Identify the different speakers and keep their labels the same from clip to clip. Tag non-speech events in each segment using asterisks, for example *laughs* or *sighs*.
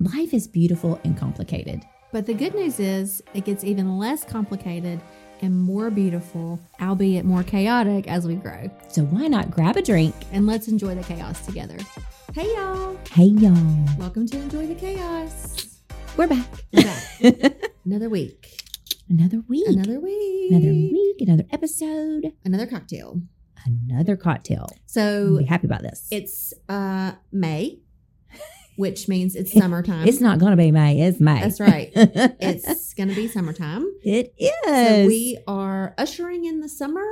Speaker 1: Life is beautiful and complicated.
Speaker 2: But the good news is, it gets even less complicated and more beautiful, albeit more chaotic as we grow.
Speaker 1: So why not grab a drink?
Speaker 2: And let's enjoy the chaos together. Hey, y'all.
Speaker 1: Hey, y'all.
Speaker 2: Welcome to Enjoy the Chaos.
Speaker 1: We're back.
Speaker 2: *laughs* We're
Speaker 1: *laughs*
Speaker 2: back. Another week.
Speaker 1: Another week.
Speaker 2: Another week.
Speaker 1: Another week. Another episode.
Speaker 2: Another cocktail.
Speaker 1: Another cocktail. I'm
Speaker 2: So
Speaker 1: gonna be happy about this.
Speaker 2: it's uh
Speaker 1: *laughs*
Speaker 2: May, which means it's summertime.
Speaker 1: it's not going to be May. It's May.
Speaker 2: um,
Speaker 1: *laughs*
Speaker 2: That's right.
Speaker 1: it's, *laughs*
Speaker 2: *laughs* It's going to be summertime.
Speaker 1: it is.
Speaker 2: So we are ushering in the summer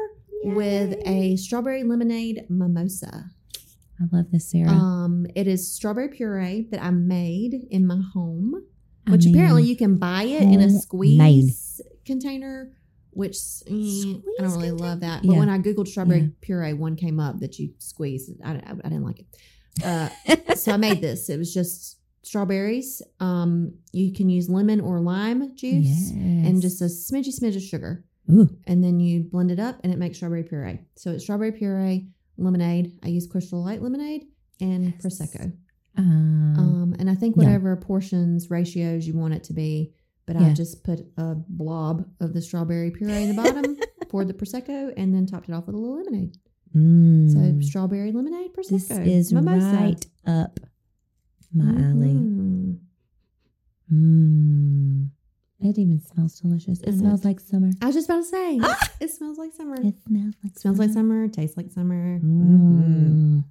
Speaker 2: with
Speaker 1: Yay.
Speaker 2: a strawberry lemonade mimosa.
Speaker 1: I love this, Sarah.
Speaker 2: Um, it is strawberry puree that I made in my home,
Speaker 1: I
Speaker 2: which
Speaker 1: mean,
Speaker 2: apparently you can buy it in a
Speaker 1: homemade.
Speaker 2: squeeze container, which mm, I don't
Speaker 1: Squeeze
Speaker 2: really love that.
Speaker 1: Yeah.
Speaker 2: But when I googled strawberry
Speaker 1: Yeah.
Speaker 2: puree, one came up that you squeeze. I, I, I didn't like it.
Speaker 1: *laughs*
Speaker 2: Uh, so I made this. It was just strawberries. Um, you can use lemon or lime juice
Speaker 1: yes.
Speaker 2: and just a smidgy smidge of sugar
Speaker 1: Ooh,
Speaker 2: and then you blend it up and it makes strawberry puree. So it's strawberry puree, lemonade. I use Crystal Light lemonade and
Speaker 1: Yes.
Speaker 2: prosecco.
Speaker 1: um,
Speaker 2: Um, and I think
Speaker 1: yeah.
Speaker 2: whatever portions, ratios you want it to be, but I
Speaker 1: Yeah.
Speaker 2: just put a blob of the strawberry puree in
Speaker 1: *laughs*
Speaker 2: the bottom, poured the prosecco, and then topped it off with a little lemonade.
Speaker 1: mm,
Speaker 2: So strawberry lemonade prosecco.
Speaker 1: this is right up my
Speaker 2: Mm-hmm.
Speaker 1: alley.
Speaker 2: Mhm.
Speaker 1: Mm. It even smells delicious. It
Speaker 2: Doesn't
Speaker 1: smells
Speaker 2: it?
Speaker 1: like summer.
Speaker 2: I was just about to say, it smells like summer.
Speaker 1: Ah! It smells like
Speaker 2: smells like
Speaker 1: summer.
Speaker 2: summer, tastes like summer. Mhm.
Speaker 1: Mm.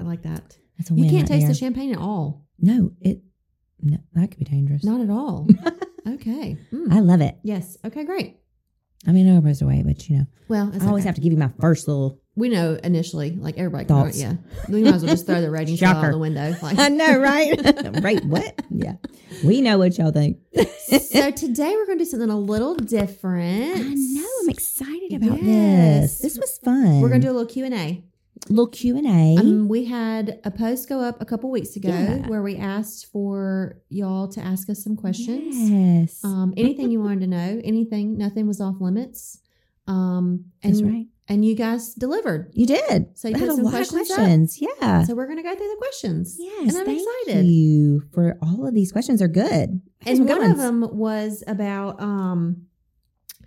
Speaker 2: I like that.
Speaker 1: That's a win
Speaker 2: You can't
Speaker 1: right
Speaker 2: taste
Speaker 1: there.
Speaker 2: the champagne at all.
Speaker 1: No, it no, that could be dangerous.
Speaker 2: Not at all. *laughs* okay. Mm.
Speaker 1: I love it.
Speaker 2: yes. Okay. Great.
Speaker 1: I mean, I'm always away, but you know,
Speaker 2: Well, it's
Speaker 1: I always
Speaker 2: okay.
Speaker 1: have to give you my first
Speaker 2: *laughs*
Speaker 1: little.
Speaker 2: We know initially, like everybody.
Speaker 1: Thoughts.
Speaker 2: Yeah. We might as well just
Speaker 1: *laughs*
Speaker 2: throw the rating scale out
Speaker 1: Shocker.
Speaker 2: the window.
Speaker 1: *laughs*
Speaker 2: Like.
Speaker 1: right? *laughs* What? Yeah, we know what y'all think.
Speaker 2: so today we're going to do something a little different.
Speaker 1: I know. I'm excited
Speaker 2: about
Speaker 1: about
Speaker 2: Yes.
Speaker 1: this.
Speaker 2: this.
Speaker 1: This was fun.
Speaker 2: We're going to do a little Q and A.
Speaker 1: a little Q and A.
Speaker 2: Um, we had a post go up a couple weeks ago
Speaker 1: Yeah.
Speaker 2: where we asked for y'all to ask us some questions.
Speaker 1: Yes,
Speaker 2: Um, anything you wanted to know, anything, nothing was off limits. Um, and,
Speaker 1: that's right.
Speaker 2: and you guys delivered.
Speaker 1: You did.
Speaker 2: So you
Speaker 1: I
Speaker 2: put
Speaker 1: had a
Speaker 2: some
Speaker 1: lot
Speaker 2: questions
Speaker 1: of
Speaker 2: up.
Speaker 1: questions. Yeah.
Speaker 2: So we're going to go through the questions.
Speaker 1: yes.
Speaker 2: and I'm
Speaker 1: thank
Speaker 2: excited.
Speaker 1: you for all of these questions. Are good. Here's some
Speaker 2: and
Speaker 1: good
Speaker 2: one
Speaker 1: ones.
Speaker 2: of them was about um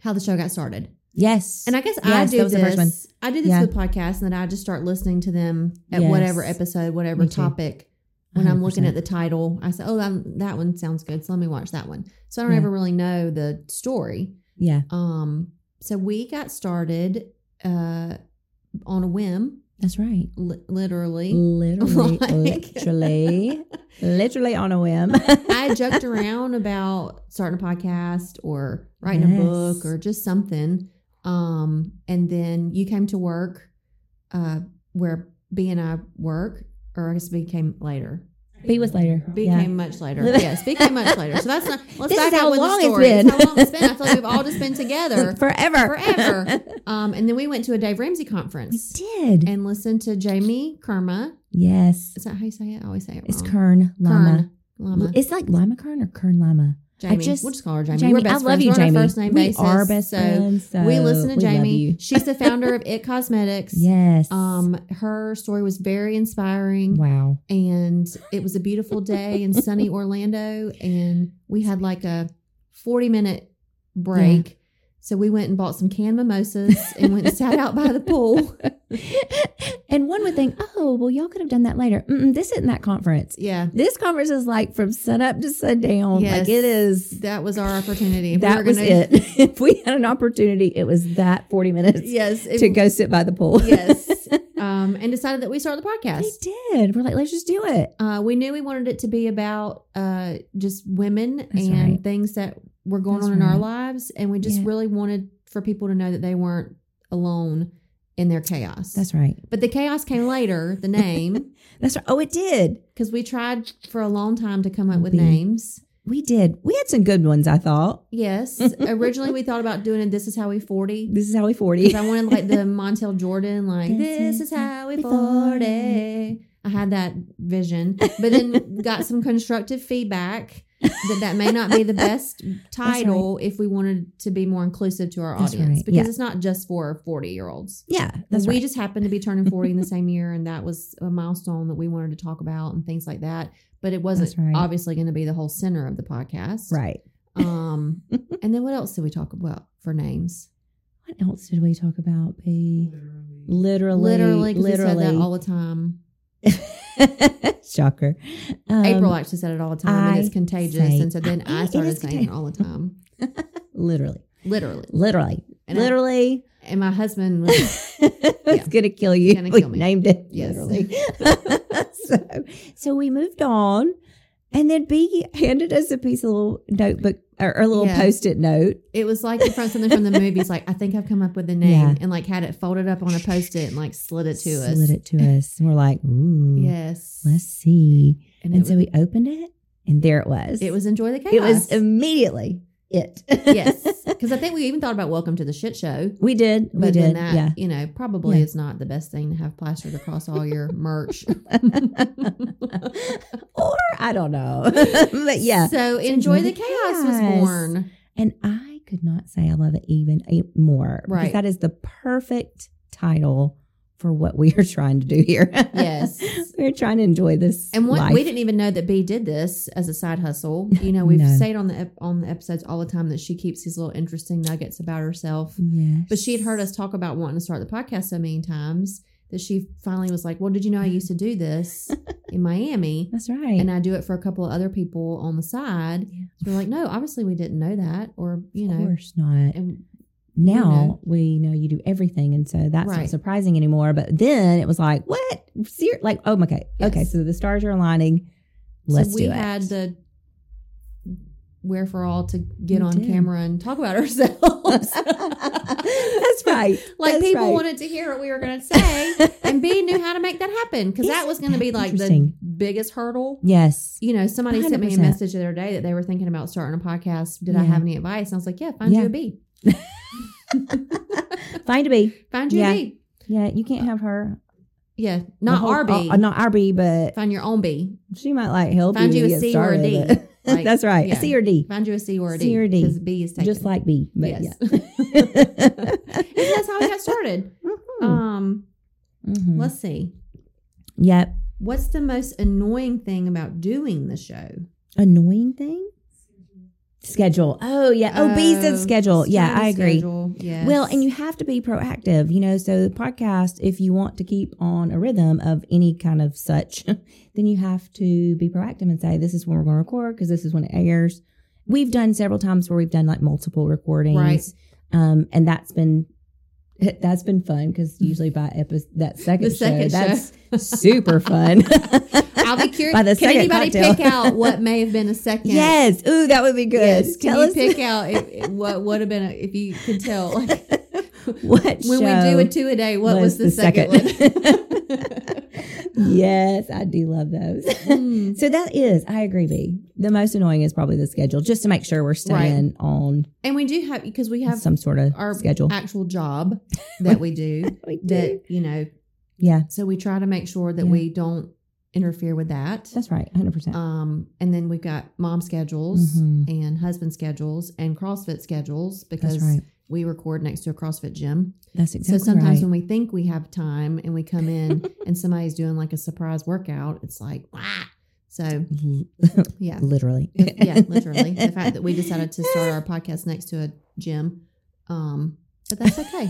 Speaker 2: how the show got started.
Speaker 1: Yes.
Speaker 2: And I guess I
Speaker 1: Yes,
Speaker 2: do
Speaker 1: that was the
Speaker 2: this.
Speaker 1: first one.
Speaker 2: I do this
Speaker 1: Yeah.
Speaker 2: with podcasts, and then I just start listening to them at
Speaker 1: Yes.
Speaker 2: whatever episode, whatever
Speaker 1: Me too.
Speaker 2: topic. When i am looking
Speaker 1: 100%.
Speaker 2: at the title, I say, "Oh, that, that one sounds good, so let me watch that one." So I don't
Speaker 1: Yeah.
Speaker 2: ever really know the story.
Speaker 1: yeah,
Speaker 2: Um, so we got started uh, on a whim,
Speaker 1: that's right.
Speaker 2: li- literally.
Speaker 1: Literally,
Speaker 2: *laughs* Like- *laughs*
Speaker 1: literally, literally on a whim.
Speaker 2: I joked around about starting a podcast or writing a book
Speaker 1: Yes.
Speaker 2: or just something. Um, and then you came to work uh, where B and I work, or I guess B came later.
Speaker 1: B was later.
Speaker 2: B
Speaker 1: Yeah.
Speaker 2: came
Speaker 1: *laughs*
Speaker 2: much later. Yes, B came much later. So that's not. Let's
Speaker 1: This
Speaker 2: back
Speaker 1: is
Speaker 2: up
Speaker 1: how
Speaker 2: with
Speaker 1: long it's
Speaker 2: the story.
Speaker 1: been.
Speaker 2: That's how long it's been. I feel like we've all
Speaker 1: *laughs*
Speaker 2: just been together.
Speaker 1: forever, *laughs*
Speaker 2: Forever. Um, and then we went to a Dave Ramsey
Speaker 1: we
Speaker 2: conference
Speaker 1: did.
Speaker 2: and listened to Jamie Kerma.
Speaker 1: yes,
Speaker 2: Is that how you say it? I always say it wrong.
Speaker 1: it's Kern Lama.
Speaker 2: Kern Lama.
Speaker 1: It's like Lima Kern or Kern Lama.
Speaker 2: Jamie.
Speaker 1: just-
Speaker 2: we'll just call her Jamie.
Speaker 1: Jamie,
Speaker 2: We're best
Speaker 1: I love
Speaker 2: friends.
Speaker 1: you,
Speaker 2: We're
Speaker 1: Jamie.
Speaker 2: on a first name
Speaker 1: we
Speaker 2: basis.
Speaker 1: are best
Speaker 2: so
Speaker 1: friends. So
Speaker 2: we listen
Speaker 1: we
Speaker 2: to
Speaker 1: love
Speaker 2: Jamie.
Speaker 1: you.
Speaker 2: She's the founder of It Cosmetics.
Speaker 1: *laughs* Yes.
Speaker 2: Um, her story was very inspiring.
Speaker 1: Wow.
Speaker 2: and it was a beautiful day in sunny
Speaker 1: *laughs*
Speaker 2: Orlando, and we had like a forty-minute break. So we went and bought some canned mimosas
Speaker 1: *laughs*
Speaker 2: and went and sat out by the pool.
Speaker 1: and one would think, oh, well, y'all could have done that later. Mm-mm, this isn't that conference.
Speaker 2: Yeah,
Speaker 1: This conference is like from sunup to sundown.
Speaker 2: Yes.
Speaker 1: Like it is.
Speaker 2: that was our opportunity. If we
Speaker 1: that
Speaker 2: were
Speaker 1: was
Speaker 2: gonna-
Speaker 1: it. *laughs* if we had an opportunity, it was that 40 minutes
Speaker 2: Yes, it-
Speaker 1: to go sit by the pool. *laughs*
Speaker 2: yes, um, and decided that we started the podcast.
Speaker 1: We did. We're like, let's just do it.
Speaker 2: Uh, we knew we wanted it to be about uh, just women
Speaker 1: That's
Speaker 2: and
Speaker 1: right.
Speaker 2: things that were going
Speaker 1: That's
Speaker 2: on in our
Speaker 1: right.
Speaker 2: lives, and we just
Speaker 1: Yeah.
Speaker 2: really wanted for people to know that they weren't alone in their chaos.
Speaker 1: That's right.
Speaker 2: But the chaos came later,
Speaker 1: *laughs*
Speaker 2: the name,
Speaker 1: That's right. Oh, it did.
Speaker 2: because we tried for a long time to come up with
Speaker 1: We-
Speaker 2: names.
Speaker 1: We did. We had some good ones, I thought.
Speaker 2: Yes.
Speaker 1: *laughs*
Speaker 2: Originally, we thought about doing a This Is How We 40.
Speaker 1: This is how we 40.
Speaker 2: Because I wanted like the Montel Jordan, like, This
Speaker 1: This
Speaker 2: is how we 40. I had that vision, but then got some constructive feedback that that may not be
Speaker 1: *laughs*
Speaker 2: the best title if we wanted to be more inclusive to our
Speaker 1: That's
Speaker 2: audience
Speaker 1: right.
Speaker 2: because
Speaker 1: Yeah.
Speaker 2: it's not just for 40 year olds.
Speaker 1: Yeah, that's
Speaker 2: we
Speaker 1: right.
Speaker 2: just happened to be turning 40 in the same year, and that was a milestone that we wanted to talk about and things like that. but it wasn't
Speaker 1: That's right.
Speaker 2: obviously going to be the whole center of the podcast.
Speaker 1: Right.
Speaker 2: Um, and then what else did we talk about for names?
Speaker 1: What else did we talk about? B.
Speaker 3: Literally.
Speaker 1: Literally.
Speaker 2: Literally, 'cause we said
Speaker 1: Literally.
Speaker 2: that
Speaker 1: *laughs*
Speaker 2: all the time.
Speaker 1: Shocker. Um,
Speaker 2: April actually said it all the time, and it's
Speaker 1: I
Speaker 2: contagious.
Speaker 1: say-
Speaker 2: And so then
Speaker 1: I-
Speaker 2: I,
Speaker 1: it
Speaker 2: started
Speaker 1: is
Speaker 2: saying it all the time,
Speaker 1: Literally.
Speaker 2: literally.
Speaker 1: Literally.
Speaker 2: And I-
Speaker 1: literally. *laughs*
Speaker 2: and my husband was
Speaker 1: it's
Speaker 2: Yeah.
Speaker 1: gonna kill you.
Speaker 2: Gonna
Speaker 1: we
Speaker 2: kill me.
Speaker 1: named it
Speaker 2: Yes. *laughs*
Speaker 1: literally. *laughs* so, so we moved on, and then B handed us a piece of little notebook or, or a little
Speaker 2: Yeah.
Speaker 1: post-it note.
Speaker 2: It was like from something from the movies. Like I think I've come up with a name,
Speaker 1: Yeah.
Speaker 2: and like had it folded up on a post it and like slid it to us.
Speaker 1: Slid it to us, and we're like, ooh,
Speaker 2: Yes.
Speaker 1: let's see.
Speaker 2: and
Speaker 1: And,
Speaker 2: it,
Speaker 1: so
Speaker 2: was,
Speaker 1: we opened it, and there it was.
Speaker 2: it was enjoy the chaos.
Speaker 1: It was immediately it. *laughs*
Speaker 2: yes, because I think we even thought about Welcome to the Shit Show.
Speaker 1: we did.
Speaker 2: But
Speaker 1: we
Speaker 2: then
Speaker 1: did.
Speaker 2: that,
Speaker 1: yeah.
Speaker 2: you know, probably
Speaker 1: Yeah.
Speaker 2: is not the best thing to have plastered across all your merch.
Speaker 1: or I don't know, *laughs* but *laughs* yeah.
Speaker 2: So enjoy the chaos was
Speaker 1: Yes.
Speaker 2: born.
Speaker 1: And I could not say I love it even a- more because
Speaker 2: Right.
Speaker 1: that is the perfect title for what we are trying to do here.
Speaker 2: Yes.
Speaker 1: *laughs* We're trying to enjoy this.
Speaker 2: And one,
Speaker 1: life.
Speaker 2: we didn't even know that B did this as a side hustle. You know, we've
Speaker 1: No.
Speaker 2: said on the ep- on the episodes all the time that she keeps these little interesting nuggets about herself.
Speaker 1: Yes.
Speaker 2: But she had heard us talk about wanting to start the podcast so many times that she finally was like, Well, did you know I used to
Speaker 1: *laughs*
Speaker 2: do this in Miami?
Speaker 1: That's right.
Speaker 2: And I do it for a couple of other people on the side.
Speaker 1: Yeah.
Speaker 2: So we're like, No, obviously we didn't know that. Or, you
Speaker 1: of
Speaker 2: know,
Speaker 1: course not.
Speaker 2: and
Speaker 1: Now we know you do everything, and so that's
Speaker 2: Right.
Speaker 1: not surprising anymore. But then it was like, what? Ser- like, oh, okay, okay.
Speaker 2: Yes.
Speaker 1: So the stars are aligning. Let's
Speaker 2: so we
Speaker 1: do it.
Speaker 2: had
Speaker 1: *laughs*
Speaker 2: the where for all to get
Speaker 1: We
Speaker 2: on
Speaker 1: did.
Speaker 2: camera and talk about ourselves.
Speaker 1: *laughs* that's
Speaker 2: *laughs*
Speaker 1: right.
Speaker 2: like
Speaker 1: That's
Speaker 2: people
Speaker 1: right.
Speaker 2: wanted to hear what we were going to say
Speaker 1: *laughs*
Speaker 2: and b knew how to make that happen because that
Speaker 1: Isn't
Speaker 2: was going to
Speaker 1: that
Speaker 2: be like the
Speaker 1: interesting?
Speaker 2: biggest hurdle
Speaker 1: Yes.
Speaker 2: you know somebody sent me a
Speaker 1: 100%.
Speaker 2: message the other day that they were thinking about starting a podcast did i
Speaker 1: Yeah.
Speaker 2: have any advice and i was like yeah find you
Speaker 1: Yeah.
Speaker 2: a bee
Speaker 1: Find a bee.
Speaker 2: find you
Speaker 1: Yeah.
Speaker 2: a bee
Speaker 1: Yeah, you can't have her
Speaker 2: yeah not
Speaker 1: The whole-
Speaker 2: our bee
Speaker 1: uh, not RB, but
Speaker 2: find your own bee
Speaker 1: she might like help
Speaker 2: Find
Speaker 1: you,
Speaker 2: you a
Speaker 1: to get
Speaker 2: C or a
Speaker 1: started,
Speaker 2: D.
Speaker 1: but- *laughs*
Speaker 2: Like,
Speaker 1: That's right,
Speaker 2: yeah.
Speaker 1: a C or D,
Speaker 2: find you a c or a d
Speaker 1: C or D.
Speaker 2: because b is taken.
Speaker 1: just like B. But
Speaker 2: yes
Speaker 1: yeah,
Speaker 2: *laughs* And
Speaker 1: *laughs*
Speaker 2: that's how we got started
Speaker 1: Mhm.
Speaker 2: um
Speaker 1: Mhm.
Speaker 2: let's see
Speaker 1: Yep,
Speaker 2: what's the most annoying thing about doing the show
Speaker 1: annoying thing. Schedule. Oh yeah. Oh, B
Speaker 2: Oh,
Speaker 1: said schedule. Yeah,
Speaker 2: starting
Speaker 1: I
Speaker 2: a
Speaker 1: agree.
Speaker 2: schedule, yes.
Speaker 1: Well, and you have to be proactive, you know. So the podcast, if you want to keep on a rhythm of any kind of such, *laughs* then you have to be proactive and say, "This is when we're going to record because this is when it airs." We've done several times where we've done like multiple recordings,
Speaker 2: Right.
Speaker 1: Um, and that's been *laughs* that's been fun because usually by episode that second
Speaker 2: Mm. the second
Speaker 1: show, that's
Speaker 2: show.
Speaker 1: super
Speaker 2: *laughs*
Speaker 1: fun. *laughs*
Speaker 2: I'll be curious.
Speaker 1: By the
Speaker 2: can
Speaker 1: second
Speaker 2: anybody
Speaker 1: cocktail.
Speaker 2: pick
Speaker 1: *laughs*
Speaker 2: out what may have been a second?
Speaker 1: yes, ooh, that would be good.
Speaker 2: Yes. Can
Speaker 1: Tell
Speaker 2: you
Speaker 1: us
Speaker 2: pick out if, if- what would have been a, if you could tell like,
Speaker 1: *laughs* what
Speaker 2: when we
Speaker 1: show.
Speaker 2: do a two a day? What was, the, second,
Speaker 1: *laughs* yes, I do love those. *laughs*
Speaker 2: one? Hmm.
Speaker 1: So that is, I agree, B. The most annoying is probably the schedule, just to make sure we're staying on
Speaker 2: and we do have because we have
Speaker 1: some sort of
Speaker 2: our
Speaker 1: schedule.
Speaker 2: actual
Speaker 1: *laughs*
Speaker 2: job that we do
Speaker 1: We do.
Speaker 2: that you know.
Speaker 1: yeah,
Speaker 2: So we try to make sure that
Speaker 1: Yeah.
Speaker 2: we don't interfere with that.
Speaker 1: that's right, hundred percent.
Speaker 2: Um, and then we've got mom schedules
Speaker 1: Mhm.
Speaker 2: and husband schedules and CrossFit schedules
Speaker 1: That's
Speaker 2: because
Speaker 1: right.
Speaker 2: we record next to a CrossFit gym.
Speaker 1: That's exactly
Speaker 2: so sometimes
Speaker 1: right.
Speaker 2: when we think we have time and we come
Speaker 1: *laughs*
Speaker 2: in and somebody's doing like a surprise workout, it's like, wow. So
Speaker 1: L- *laughs*
Speaker 2: yeah,
Speaker 1: literally,
Speaker 2: yeah, literally. The fact that we decided to start our podcast next to a gym, um, but that's
Speaker 1: *laughs*
Speaker 2: okay.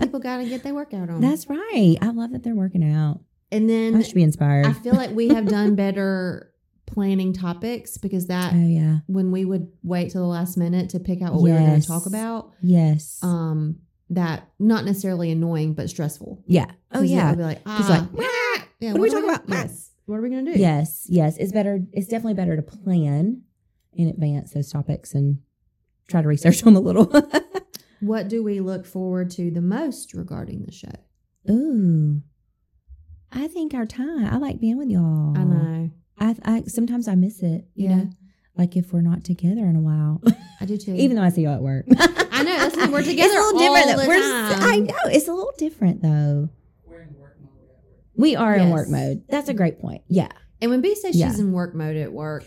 Speaker 2: People got to get their workout on.
Speaker 1: that's right. I love that they're working out.
Speaker 2: and
Speaker 1: I
Speaker 2: then
Speaker 1: should be inspired.
Speaker 2: I feel like we have done better planning topics because that
Speaker 1: oh yeah,
Speaker 2: when we would wait till the last minute to pick out what we were going to
Speaker 1: Yes.
Speaker 2: talk about,
Speaker 1: yes,
Speaker 2: um, that not necessarily annoying but stressful.
Speaker 1: yeah. Oh
Speaker 2: 'Cause it
Speaker 1: yeah,
Speaker 2: would be like, ah,
Speaker 1: It's like,
Speaker 2: ah, yeah,
Speaker 1: what are we talking
Speaker 2: gonna-
Speaker 1: about? Ah.
Speaker 2: Yes. What are we going to do?
Speaker 1: yes, yes. It's better. It's definitely better to plan in advance those topics and try to research *laughs* them a little.
Speaker 2: What do we look forward to the most regarding the show?
Speaker 1: Ooh. I think our time. I like being with y'all.
Speaker 2: I know.
Speaker 1: I, I sometimes I miss it. You
Speaker 2: Yeah.
Speaker 1: know, like if we're not together in a
Speaker 2: *laughs*
Speaker 1: while,
Speaker 2: I do too.
Speaker 1: even though I see y'all at work.
Speaker 2: *laughs* I know. That's the thing, we're together
Speaker 1: *laughs* it's a little
Speaker 2: all
Speaker 1: different.
Speaker 2: the
Speaker 1: though. We're,
Speaker 2: time.
Speaker 1: I know it's a little different though.
Speaker 3: We're in work mode. at work.
Speaker 1: We are in
Speaker 2: Yes.
Speaker 1: work mode. That's a great point. Yeah.
Speaker 2: and when B says
Speaker 1: Yeah.
Speaker 2: she's in work mode at work,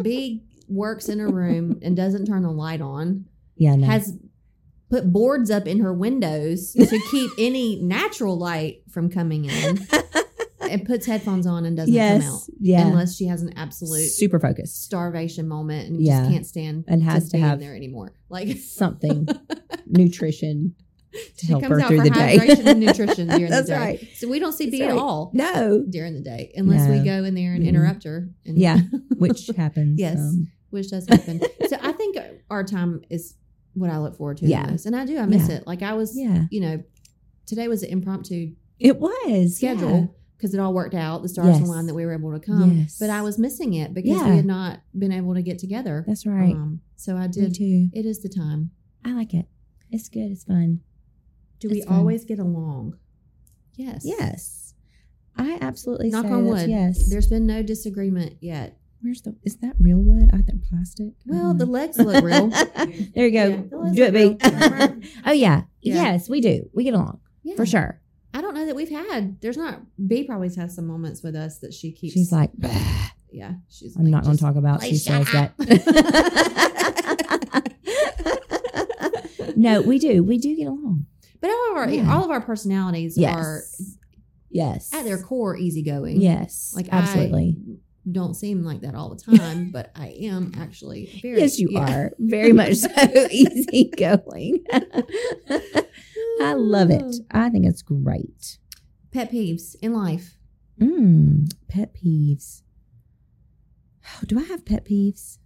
Speaker 2: B works in a room and doesn't turn the light on,
Speaker 1: Yeah. No.
Speaker 2: has put
Speaker 1: *laughs* *laughs*
Speaker 2: boards up in her windows to keep any natural light from coming in. and puts headphones on and doesn't come out
Speaker 1: yes, yeah,
Speaker 2: unless she has an absolute
Speaker 1: super focused
Speaker 2: starvation moment and
Speaker 1: Yeah.
Speaker 2: just can't stand
Speaker 1: and has
Speaker 2: just
Speaker 1: to
Speaker 2: being
Speaker 1: have
Speaker 2: there anymore.
Speaker 1: *laughs*
Speaker 2: Like *laughs*
Speaker 1: something nutrition to
Speaker 2: she
Speaker 1: help
Speaker 2: comes
Speaker 1: her
Speaker 2: out
Speaker 1: through
Speaker 2: for
Speaker 1: the day. *laughs*
Speaker 2: hydration *laughs* and nutrition during
Speaker 1: That's
Speaker 2: the day.
Speaker 1: right.
Speaker 2: So we don't see
Speaker 1: That's
Speaker 2: B at
Speaker 1: right.
Speaker 2: all
Speaker 1: No,
Speaker 2: during the day unless we
Speaker 1: No.
Speaker 2: go in there and
Speaker 1: Mm-mm.
Speaker 2: interrupt her. And
Speaker 1: Yeah.
Speaker 2: *laughs*
Speaker 1: which happens.
Speaker 2: Yes.
Speaker 1: um,
Speaker 2: which does happen. so I think our time is what I look forward to
Speaker 1: Yeah.
Speaker 2: the most, and I do. I miss
Speaker 1: Yeah.
Speaker 2: it. Like I was,
Speaker 1: yeah,
Speaker 2: you know, today was an impromptu
Speaker 1: it was yeah.
Speaker 2: schedule because it all worked out. The stars
Speaker 1: Yes.
Speaker 2: aligned that we were able to come,
Speaker 1: Yes.
Speaker 2: but I was missing it because
Speaker 1: Yeah.
Speaker 2: we had not been able to get together.
Speaker 1: That's right.
Speaker 2: Um, so I
Speaker 1: Me
Speaker 2: did.
Speaker 1: too.
Speaker 2: It is the time.
Speaker 1: I like it. It's good. It's fun.
Speaker 2: Do we
Speaker 1: It's fun.
Speaker 2: always get along? Yes.
Speaker 1: Yes. I absolutely
Speaker 2: Knock
Speaker 1: say
Speaker 2: on
Speaker 1: that's-
Speaker 2: wood.
Speaker 1: Yes.
Speaker 2: There's been no disagreement yet.
Speaker 1: Where's the? Is that real wood? I think plastic. I
Speaker 2: Well,
Speaker 1: don't
Speaker 2: the
Speaker 1: know.
Speaker 2: legs
Speaker 1: *laughs*
Speaker 2: look real.
Speaker 1: there Mm-hmm. you
Speaker 2: Yeah,
Speaker 1: go.
Speaker 2: the legs
Speaker 1: do it,
Speaker 2: look real.
Speaker 1: B. *laughs* oh yeah.
Speaker 2: Yeah.
Speaker 1: Yes, we do. We get along
Speaker 2: Yeah.
Speaker 1: for sure.
Speaker 2: I don't know that we've had. There's not. B probably has some moments with us that she keeps.
Speaker 1: She's like, "Bah,
Speaker 2: yeah. She's.
Speaker 1: I'm
Speaker 2: like,
Speaker 1: not going
Speaker 2: just-
Speaker 1: to talk about. She
Speaker 2: please
Speaker 1: says
Speaker 2: shut
Speaker 1: that. *laughs*
Speaker 2: *laughs*
Speaker 1: no, we do. We do get along.
Speaker 2: But all of our
Speaker 1: Yeah.
Speaker 2: all of our personalities
Speaker 1: Yes.
Speaker 2: are
Speaker 1: yes.
Speaker 2: at their core easygoing.
Speaker 1: Yes.
Speaker 2: Like, I-
Speaker 1: absolutely.
Speaker 2: Don't seem like that all the time,
Speaker 1: *laughs*
Speaker 2: but I am actually very.
Speaker 1: yes, you
Speaker 2: yeah.
Speaker 1: are very much
Speaker 2: *laughs*
Speaker 1: so easygoing. *laughs* I love it. I think it's great.
Speaker 2: Pet peeves in life.
Speaker 1: Mm, pet peeves. Oh, do I have pet peeves?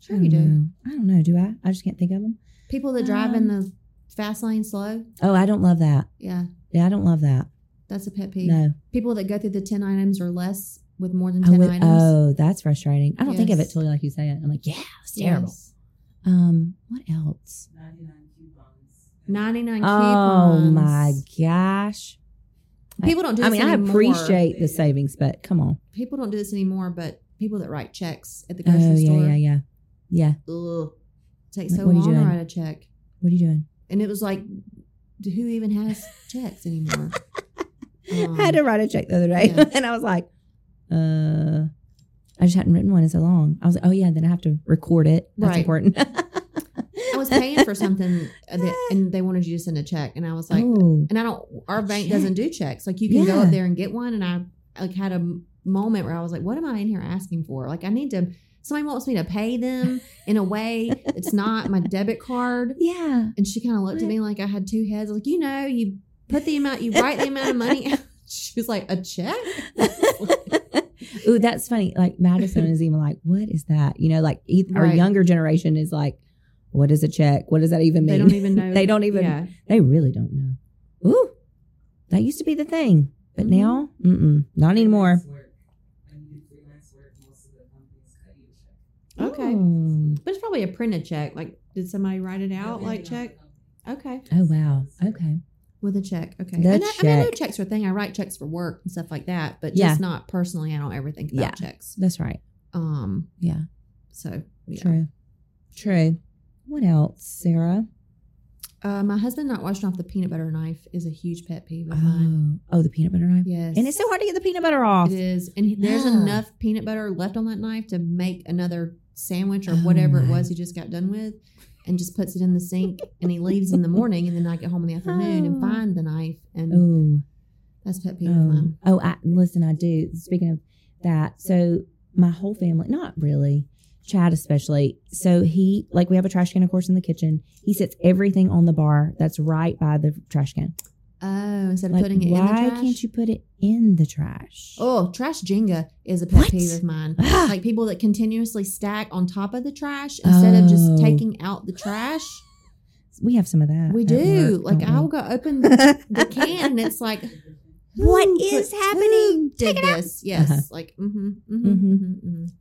Speaker 2: Sure,
Speaker 1: I
Speaker 2: you
Speaker 1: don't
Speaker 2: do.
Speaker 1: know. I don't know. Do I? I just can't think of them.
Speaker 2: People that drive in the fast lane slow.
Speaker 1: Oh, I don't love that.
Speaker 2: Yeah,
Speaker 1: Yeah, I don't love that.
Speaker 2: that's a pet peeve.
Speaker 1: No,
Speaker 2: People that go through the ten items or less with more than
Speaker 1: I
Speaker 2: ten
Speaker 1: would-
Speaker 2: items.
Speaker 1: oh, that's frustrating. I don't think of it
Speaker 2: Yes.
Speaker 1: till like you say it. I'm like, yeah, it's terrible.
Speaker 2: Yes.
Speaker 1: Um, what else?
Speaker 3: 99 coupons.
Speaker 2: Ninety-nine
Speaker 1: Oh
Speaker 2: coupons.
Speaker 1: my gosh!
Speaker 2: People don't do.
Speaker 1: I
Speaker 2: this
Speaker 1: mean, I
Speaker 2: anymore.
Speaker 1: appreciate the savings, but come on.
Speaker 2: people don't do this anymore, but people that write checks at the
Speaker 1: Oh
Speaker 2: grocery
Speaker 1: yeah,
Speaker 2: store.
Speaker 1: yeah, yeah, yeah.
Speaker 2: Ugh, takes
Speaker 1: Like,
Speaker 2: so
Speaker 1: what are you
Speaker 2: long to
Speaker 1: doing?
Speaker 2: write a check.
Speaker 1: What are you doing? *laughs*
Speaker 2: And it was like, who even has checks anymore?
Speaker 1: I had
Speaker 2: Um,
Speaker 1: to write a check the other day,
Speaker 2: yeah.
Speaker 1: *laughs* and I was like, uh, I just hadn't written one in so long. I was like, oh yeah, then I have to record it. That's
Speaker 2: Right.
Speaker 1: important. *laughs*
Speaker 2: I was paying for something that, and they wanted you to send a check. And I was like,
Speaker 1: oh,
Speaker 2: and I don't, our bank
Speaker 1: check.
Speaker 2: doesn't do checks. Like you can go
Speaker 1: Yeah.
Speaker 2: up there and get one. And I like had a m- moment where I was like, what am I in here asking for? Like I need to, somebody wants me to pay them in a way. It's not my debit card.
Speaker 1: yeah.
Speaker 2: And she kind of looked at me like I had two heads. Like, you know, you put the amount, you write the amount of money. out. *laughs* She was like, a check?
Speaker 1: *laughs* Ooh, that's funny. Like Madison is even like, what is that? You know, like e- our
Speaker 2: Right.
Speaker 1: younger generation is like, what is a check? What does that even mean?
Speaker 2: They
Speaker 1: *laughs*
Speaker 2: don't even know.
Speaker 1: They don't even-
Speaker 2: Yeah.
Speaker 1: They really don't know. Ooh, that used to be the thing, but
Speaker 2: Mhm.
Speaker 1: now, mm-mm, not anymore.
Speaker 3: Freelance work. When you do freelance work, most of the companies cut you a check.
Speaker 2: Okay.
Speaker 1: Oh. Ooh.
Speaker 2: But it's probably a printed check. Like, did somebody write it out? Like, check? Okay.
Speaker 1: Oh wow. Okay.
Speaker 2: With a check. Okay.
Speaker 1: The
Speaker 2: and I, I mean, I know
Speaker 1: check.
Speaker 2: checks are a thing. I write checks for work and stuff like that, but
Speaker 1: Yeah.
Speaker 2: just not personally. I don't ever think about
Speaker 1: Yeah.
Speaker 2: checks.
Speaker 1: That's right.
Speaker 2: Um.
Speaker 1: Yeah.
Speaker 2: So, yeah.
Speaker 1: True. True. What else, Sarah?
Speaker 2: Uh, my husband not washing off the peanut butter knife is a huge pet peeve of mine.
Speaker 1: Oh, oh, the peanut butter knife.
Speaker 2: Yes.
Speaker 1: And it's so hard to get the peanut butter off.
Speaker 2: It is. And he- there's
Speaker 1: Yeah.
Speaker 2: enough peanut butter left on that knife to make another sandwich or
Speaker 1: Oh
Speaker 2: whatever it
Speaker 1: my.
Speaker 2: was he just got done with and just puts it in
Speaker 1: *laughs*
Speaker 2: the sink and he leaves in the morning and then I get home in the afternoon
Speaker 1: Oh.
Speaker 2: and find the knife and
Speaker 1: Ooh.
Speaker 2: that's pet peeve of
Speaker 1: Oh,
Speaker 2: mine.
Speaker 1: oh I, listen, I do. Speaking of that, so my whole family, not really, Chad especially. So he, like, we have a trash can, of course, in the kitchen. He sets everything on the bar that's right by the trash can.
Speaker 2: Oh, instead of
Speaker 1: Like,
Speaker 2: putting it in the
Speaker 1: why
Speaker 2: trash.
Speaker 1: can't you put it in the trash?
Speaker 2: Oh, trash Jenga is a pet
Speaker 1: What?
Speaker 2: peeve of mine.
Speaker 1: Ah.
Speaker 2: like people that continuously stack on top of the trash instead of just
Speaker 1: Oh.
Speaker 2: taking out the trash.
Speaker 1: *gasps* we have some of that.
Speaker 2: We
Speaker 1: at
Speaker 2: do.
Speaker 1: work, uh-huh.
Speaker 2: like
Speaker 1: don't
Speaker 2: I'll
Speaker 1: we?
Speaker 2: go open the
Speaker 1: *laughs*
Speaker 2: can and it's like
Speaker 1: What
Speaker 2: who
Speaker 1: is
Speaker 2: put-
Speaker 1: happening?
Speaker 2: who Did
Speaker 1: Take it out.
Speaker 2: this? Yes.
Speaker 1: Uh-huh.
Speaker 2: Like mm-hmm, mm-hmm,
Speaker 1: Mhm.
Speaker 2: mm-hmm, mm-hmm. and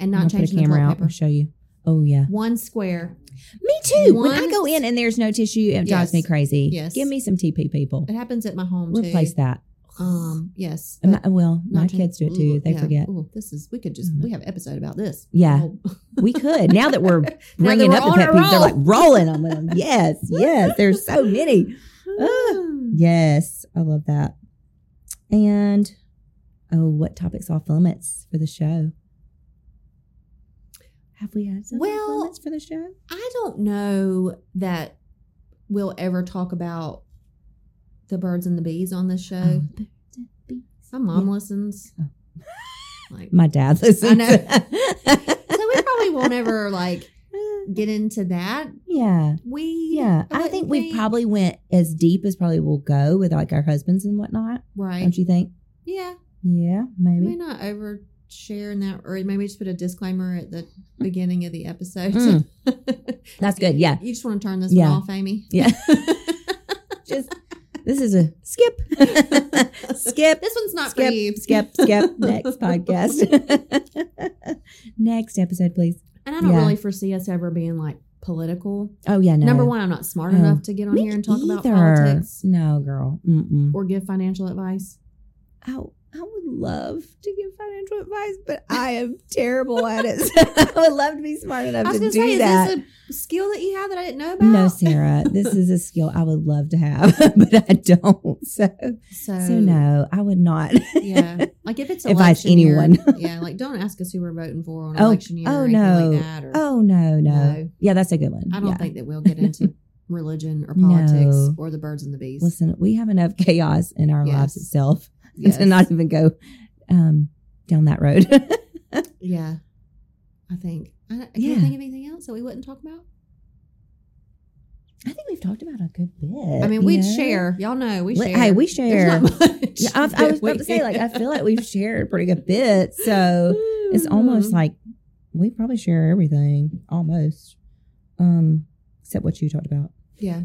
Speaker 1: I'm
Speaker 2: not
Speaker 1: gonna
Speaker 2: changing
Speaker 1: put a camera
Speaker 2: the
Speaker 1: out
Speaker 2: toilet paper.
Speaker 1: and show you. Oh yeah.
Speaker 2: One square.
Speaker 1: Me too. when I
Speaker 2: One-
Speaker 1: go in and there's no tissue, it drives
Speaker 2: Yes.
Speaker 1: me crazy.
Speaker 2: Yes.
Speaker 1: Give me some TP people.
Speaker 2: It happens at my home too.
Speaker 1: Replace that.
Speaker 2: Um. Yes.
Speaker 1: And
Speaker 2: but
Speaker 1: my- well,
Speaker 2: not
Speaker 1: my
Speaker 2: changing-
Speaker 1: kids do it too.
Speaker 2: Ooh,
Speaker 1: They
Speaker 2: yeah.
Speaker 1: forget. Mm-hmm.
Speaker 2: Ooh, this is. We could just. We have an episode about this.
Speaker 1: Yeah.
Speaker 2: Oh,
Speaker 1: We could now that
Speaker 2: *laughs*
Speaker 1: we're
Speaker 2: that
Speaker 1: bringing
Speaker 2: we're
Speaker 1: up the
Speaker 2: on
Speaker 1: pet
Speaker 2: a
Speaker 1: peeves. They're
Speaker 2: roll.
Speaker 1: like rolling on
Speaker 2: *laughs*
Speaker 1: them. Yes, yes. There's so
Speaker 2: *sighs*
Speaker 1: many. Yes, I love that. And oh, what topics off limits for the show? Have we had some
Speaker 2: Well-
Speaker 1: off limits for the show?
Speaker 2: I don't know that we'll ever talk about the birds and the bees on this show.
Speaker 1: Oh, birds and bees.
Speaker 2: My mom
Speaker 1: Oh. Yeah.
Speaker 2: listens.
Speaker 1: Oh.
Speaker 2: *laughs* Like,
Speaker 1: My dad listens.
Speaker 2: I
Speaker 1: *laughs*
Speaker 2: know.
Speaker 1: know.
Speaker 2: so we probably won't ever like get into that.
Speaker 1: *laughs* yeah.
Speaker 2: We
Speaker 1: Yeah. I, think
Speaker 2: wouldn't
Speaker 1: we probably went as deep as probably we'll go with like our husbands and whatnot.
Speaker 2: right.
Speaker 1: Don't you think?
Speaker 2: Yeah,
Speaker 1: Yeah, maybe.
Speaker 2: may not overshare in that, or maybe just put a disclaimer at the beginning of the episode.
Speaker 1: Mm. That's good. Yeah.
Speaker 2: *laughs* you just want to turn this
Speaker 1: Yeah.
Speaker 2: one off, Amy.
Speaker 1: Yeah.
Speaker 2: this
Speaker 1: Just this is a skip. *laughs* skip.
Speaker 2: one's not for
Speaker 1: Skip,
Speaker 2: you.
Speaker 1: skip, skip.
Speaker 2: *laughs*
Speaker 1: Next *laughs* podcast. *laughs* Next episode, please.
Speaker 2: And I don't
Speaker 1: Yeah.
Speaker 2: really foresee us ever being like political.
Speaker 1: Oh yeah, no.
Speaker 2: Number one, I'm not smart
Speaker 1: No.
Speaker 2: enough to get on
Speaker 1: Me
Speaker 2: here and talk about
Speaker 1: either.
Speaker 2: politics
Speaker 1: No, girl. Mm-mm.
Speaker 2: or give financial advice.
Speaker 1: I, I would love to give financial advice, but I *laughs* am terrible at it. *laughs* So I would love to be smart enough
Speaker 2: I was
Speaker 1: to do
Speaker 2: gonna say,
Speaker 1: that.
Speaker 2: is this a skill that you have that I didn't know
Speaker 1: *laughs*
Speaker 2: about?
Speaker 1: no, Sarah, this is a skill I would love to have, *laughs* but I don't. So,
Speaker 2: So,
Speaker 1: so no, I would not. *laughs*
Speaker 2: yeah, like if it's
Speaker 1: Advise
Speaker 2: election year-
Speaker 1: anyone.
Speaker 2: *laughs* yeah, like don't ask us who we're voting for on
Speaker 1: Oh,
Speaker 2: election year.
Speaker 1: oh,
Speaker 2: or anything
Speaker 1: no.
Speaker 2: like that, or,
Speaker 1: Oh no, no,
Speaker 2: No.
Speaker 1: Yeah, that's a good one.
Speaker 2: I don't
Speaker 1: Yeah.
Speaker 2: think that we'll get
Speaker 1: *laughs*
Speaker 2: into religion or politics
Speaker 1: No.
Speaker 2: or the birds and the bees.
Speaker 1: Listen, *laughs* we have enough chaos in our lives
Speaker 2: Yes.
Speaker 1: itself *laughs*
Speaker 2: Yes.
Speaker 1: to not even go um, down that road. *laughs*
Speaker 2: yeah, I think. I, can you
Speaker 1: Yeah.
Speaker 2: think of anything else that we wouldn't talk about?
Speaker 1: I think we've talked about a good bit.
Speaker 2: I mean,
Speaker 1: you
Speaker 2: we'd
Speaker 1: know?
Speaker 2: share. Y'all know we
Speaker 1: Li-
Speaker 2: share.
Speaker 1: Hey, Uh, we
Speaker 2: There's
Speaker 1: share.
Speaker 2: not *laughs* much
Speaker 1: Yeah, I, I
Speaker 2: that
Speaker 1: was about to say, like, I
Speaker 2: *laughs* we-
Speaker 1: feel like we've shared pretty good bit, so it's
Speaker 2: Mm.
Speaker 1: almost like we probably share everything, almost, um, except what you talked about. *laughs*
Speaker 2: yeah,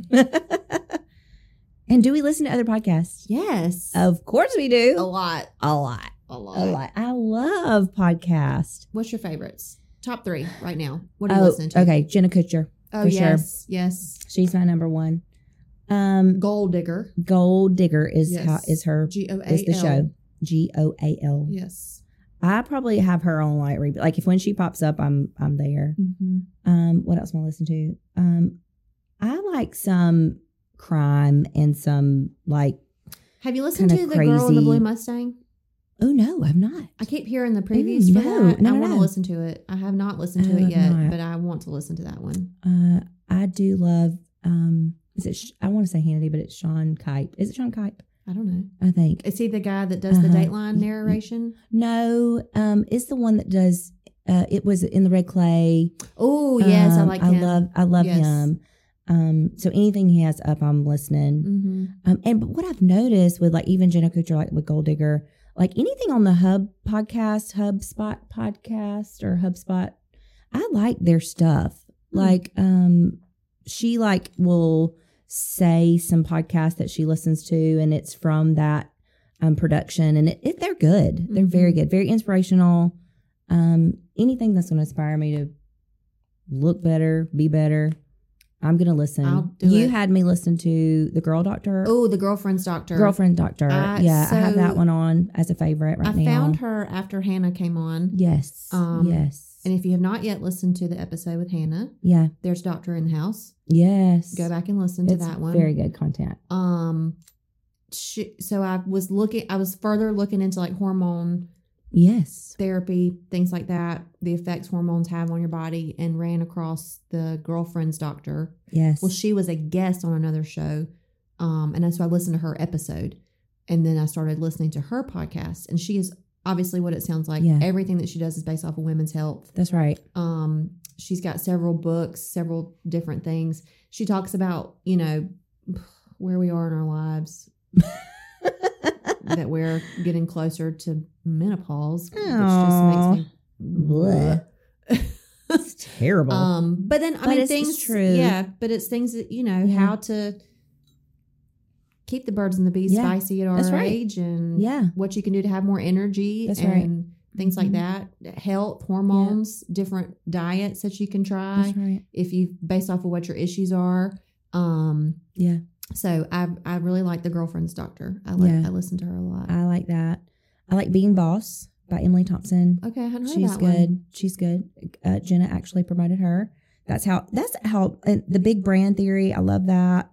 Speaker 1: and do we listen to other podcasts?
Speaker 2: yes,
Speaker 1: Of course we
Speaker 2: a
Speaker 1: do.
Speaker 2: lot,
Speaker 1: A lot,
Speaker 2: a lot,
Speaker 1: a lot. I love podcasts.
Speaker 2: What's your favorites? Top three right now. What are you
Speaker 1: oh,
Speaker 2: listening to?
Speaker 1: okay, Jenna Kutcher.
Speaker 2: Oh
Speaker 1: for sure.
Speaker 2: yes, yes.
Speaker 1: She's my number one. Um,
Speaker 2: Gold digger.
Speaker 1: Gold Digger is
Speaker 2: Yes.
Speaker 1: how, is her
Speaker 2: G O A L.
Speaker 1: is the show. G O A L.
Speaker 2: Yes.
Speaker 1: I probably have her on like repeat. Like if when she pops up, I'm I'm there.
Speaker 2: Mm-hmm.
Speaker 1: Um, what else am I listen to? Um, I like some crime and some like.
Speaker 2: Have you listened
Speaker 1: Kinda
Speaker 2: to the girl in the
Speaker 1: crazy.
Speaker 2: blue Mustang?
Speaker 1: Oh no, I'm not.
Speaker 2: I keep hearing the previews for
Speaker 1: no,
Speaker 2: that.
Speaker 1: no,
Speaker 2: I
Speaker 1: no,
Speaker 2: want to
Speaker 1: no.
Speaker 2: listen to it. I have not listened
Speaker 1: Oh,
Speaker 2: to it
Speaker 1: I've
Speaker 2: yet,
Speaker 1: not.
Speaker 2: but I want to listen to that one.
Speaker 1: Uh, I do love. Um, is it? Sh- I want to say Hannity, but it's Sean Kipe. Is it Sean Kipe?
Speaker 2: I don't know.
Speaker 1: I think.
Speaker 2: Is he the guy that does
Speaker 1: Uh-huh.
Speaker 2: the Dateline narration?
Speaker 1: No. Um, it's the one that does. Uh, it was in the red clay.
Speaker 2: Oh yes, I
Speaker 1: Um,
Speaker 2: like
Speaker 1: I
Speaker 2: him.
Speaker 1: love. I love
Speaker 2: Yes.
Speaker 1: him. Um, so anything he has up, I'm listening.
Speaker 2: hmm
Speaker 1: Um, and but what I've noticed with like even Jenna Kutcher, like with Gold Digger, like anything on the Hub podcast, HubSpot podcast, or HubSpot, I like their stuff.
Speaker 2: Hmm.
Speaker 1: Like, um, she like will say some podcast that she listens to, and it's from that um production, and it, it they're good. They're very
Speaker 2: Mm-hmm.
Speaker 1: good, very inspirational. Um, anything that's going to inspire me to look better, be better. I'm gonna listen.
Speaker 2: I'll do
Speaker 1: you
Speaker 2: it.
Speaker 1: had me listen to the Girl Doctor.
Speaker 2: Oh, the girlfriend's doctor.
Speaker 1: Girlfriend Doctor.
Speaker 2: Uh,
Speaker 1: yeah, I have
Speaker 2: so-
Speaker 1: that one on as a favorite right
Speaker 2: I
Speaker 1: now.
Speaker 2: found her after Hannah came on.
Speaker 1: Yes.
Speaker 2: Um,
Speaker 1: yes.
Speaker 2: And if you have not yet listened to the episode with Hannah,
Speaker 1: yeah.
Speaker 2: there's Doctor in the House.
Speaker 1: Yes.
Speaker 2: Go back and listen
Speaker 1: It's
Speaker 2: to that one.
Speaker 1: Very good content.
Speaker 2: um she, so i was looking i was further looking into like hormone
Speaker 1: Yes.
Speaker 2: therapy things like that the effects hormones have on your body and ran across the girlfriend's doctor
Speaker 1: Yes.
Speaker 2: well she was a guest on another show um and so i listened to her episode and then i started listening to her podcast and she is obviously what it sounds like
Speaker 1: Yeah.
Speaker 2: everything that she does is based off of women's health
Speaker 1: That's right.
Speaker 2: um, she's got several books, several different things. She talks about, you know, *sighs* where we are in our lives, that we're getting closer to menopause,
Speaker 1: Aw. *laughs*
Speaker 2: which just makes me.
Speaker 1: Bleh. It's terrible.
Speaker 2: um, but then I
Speaker 1: But
Speaker 2: mean,
Speaker 1: it's-
Speaker 2: things
Speaker 1: it's true.
Speaker 2: Yeah, but it's things that you know
Speaker 1: Yeah.
Speaker 2: how to keep the birds and the bees
Speaker 1: Yeah.
Speaker 2: spicy at our
Speaker 1: That's right.
Speaker 2: age, and
Speaker 1: yeah.
Speaker 2: what you can do to have more energy
Speaker 1: That's
Speaker 2: and
Speaker 1: right.
Speaker 2: things like
Speaker 1: Mhm.
Speaker 2: that. Health, hormones, different diets that you can try
Speaker 1: That's right.
Speaker 2: if you based off of what your issues are. Um,
Speaker 1: Yeah.
Speaker 2: so I I really like the girlfriend's doctor. I like
Speaker 1: Yeah.
Speaker 2: I listen to her a lot.
Speaker 1: I like that. I like Being Boss by Emily Thompson.
Speaker 2: okay, I hadn't heard
Speaker 1: She's
Speaker 2: that
Speaker 1: good.
Speaker 2: one.
Speaker 1: She's good. Uh, Jenna actually promoted her. That's how. That's how. And the big brand theory. I love that.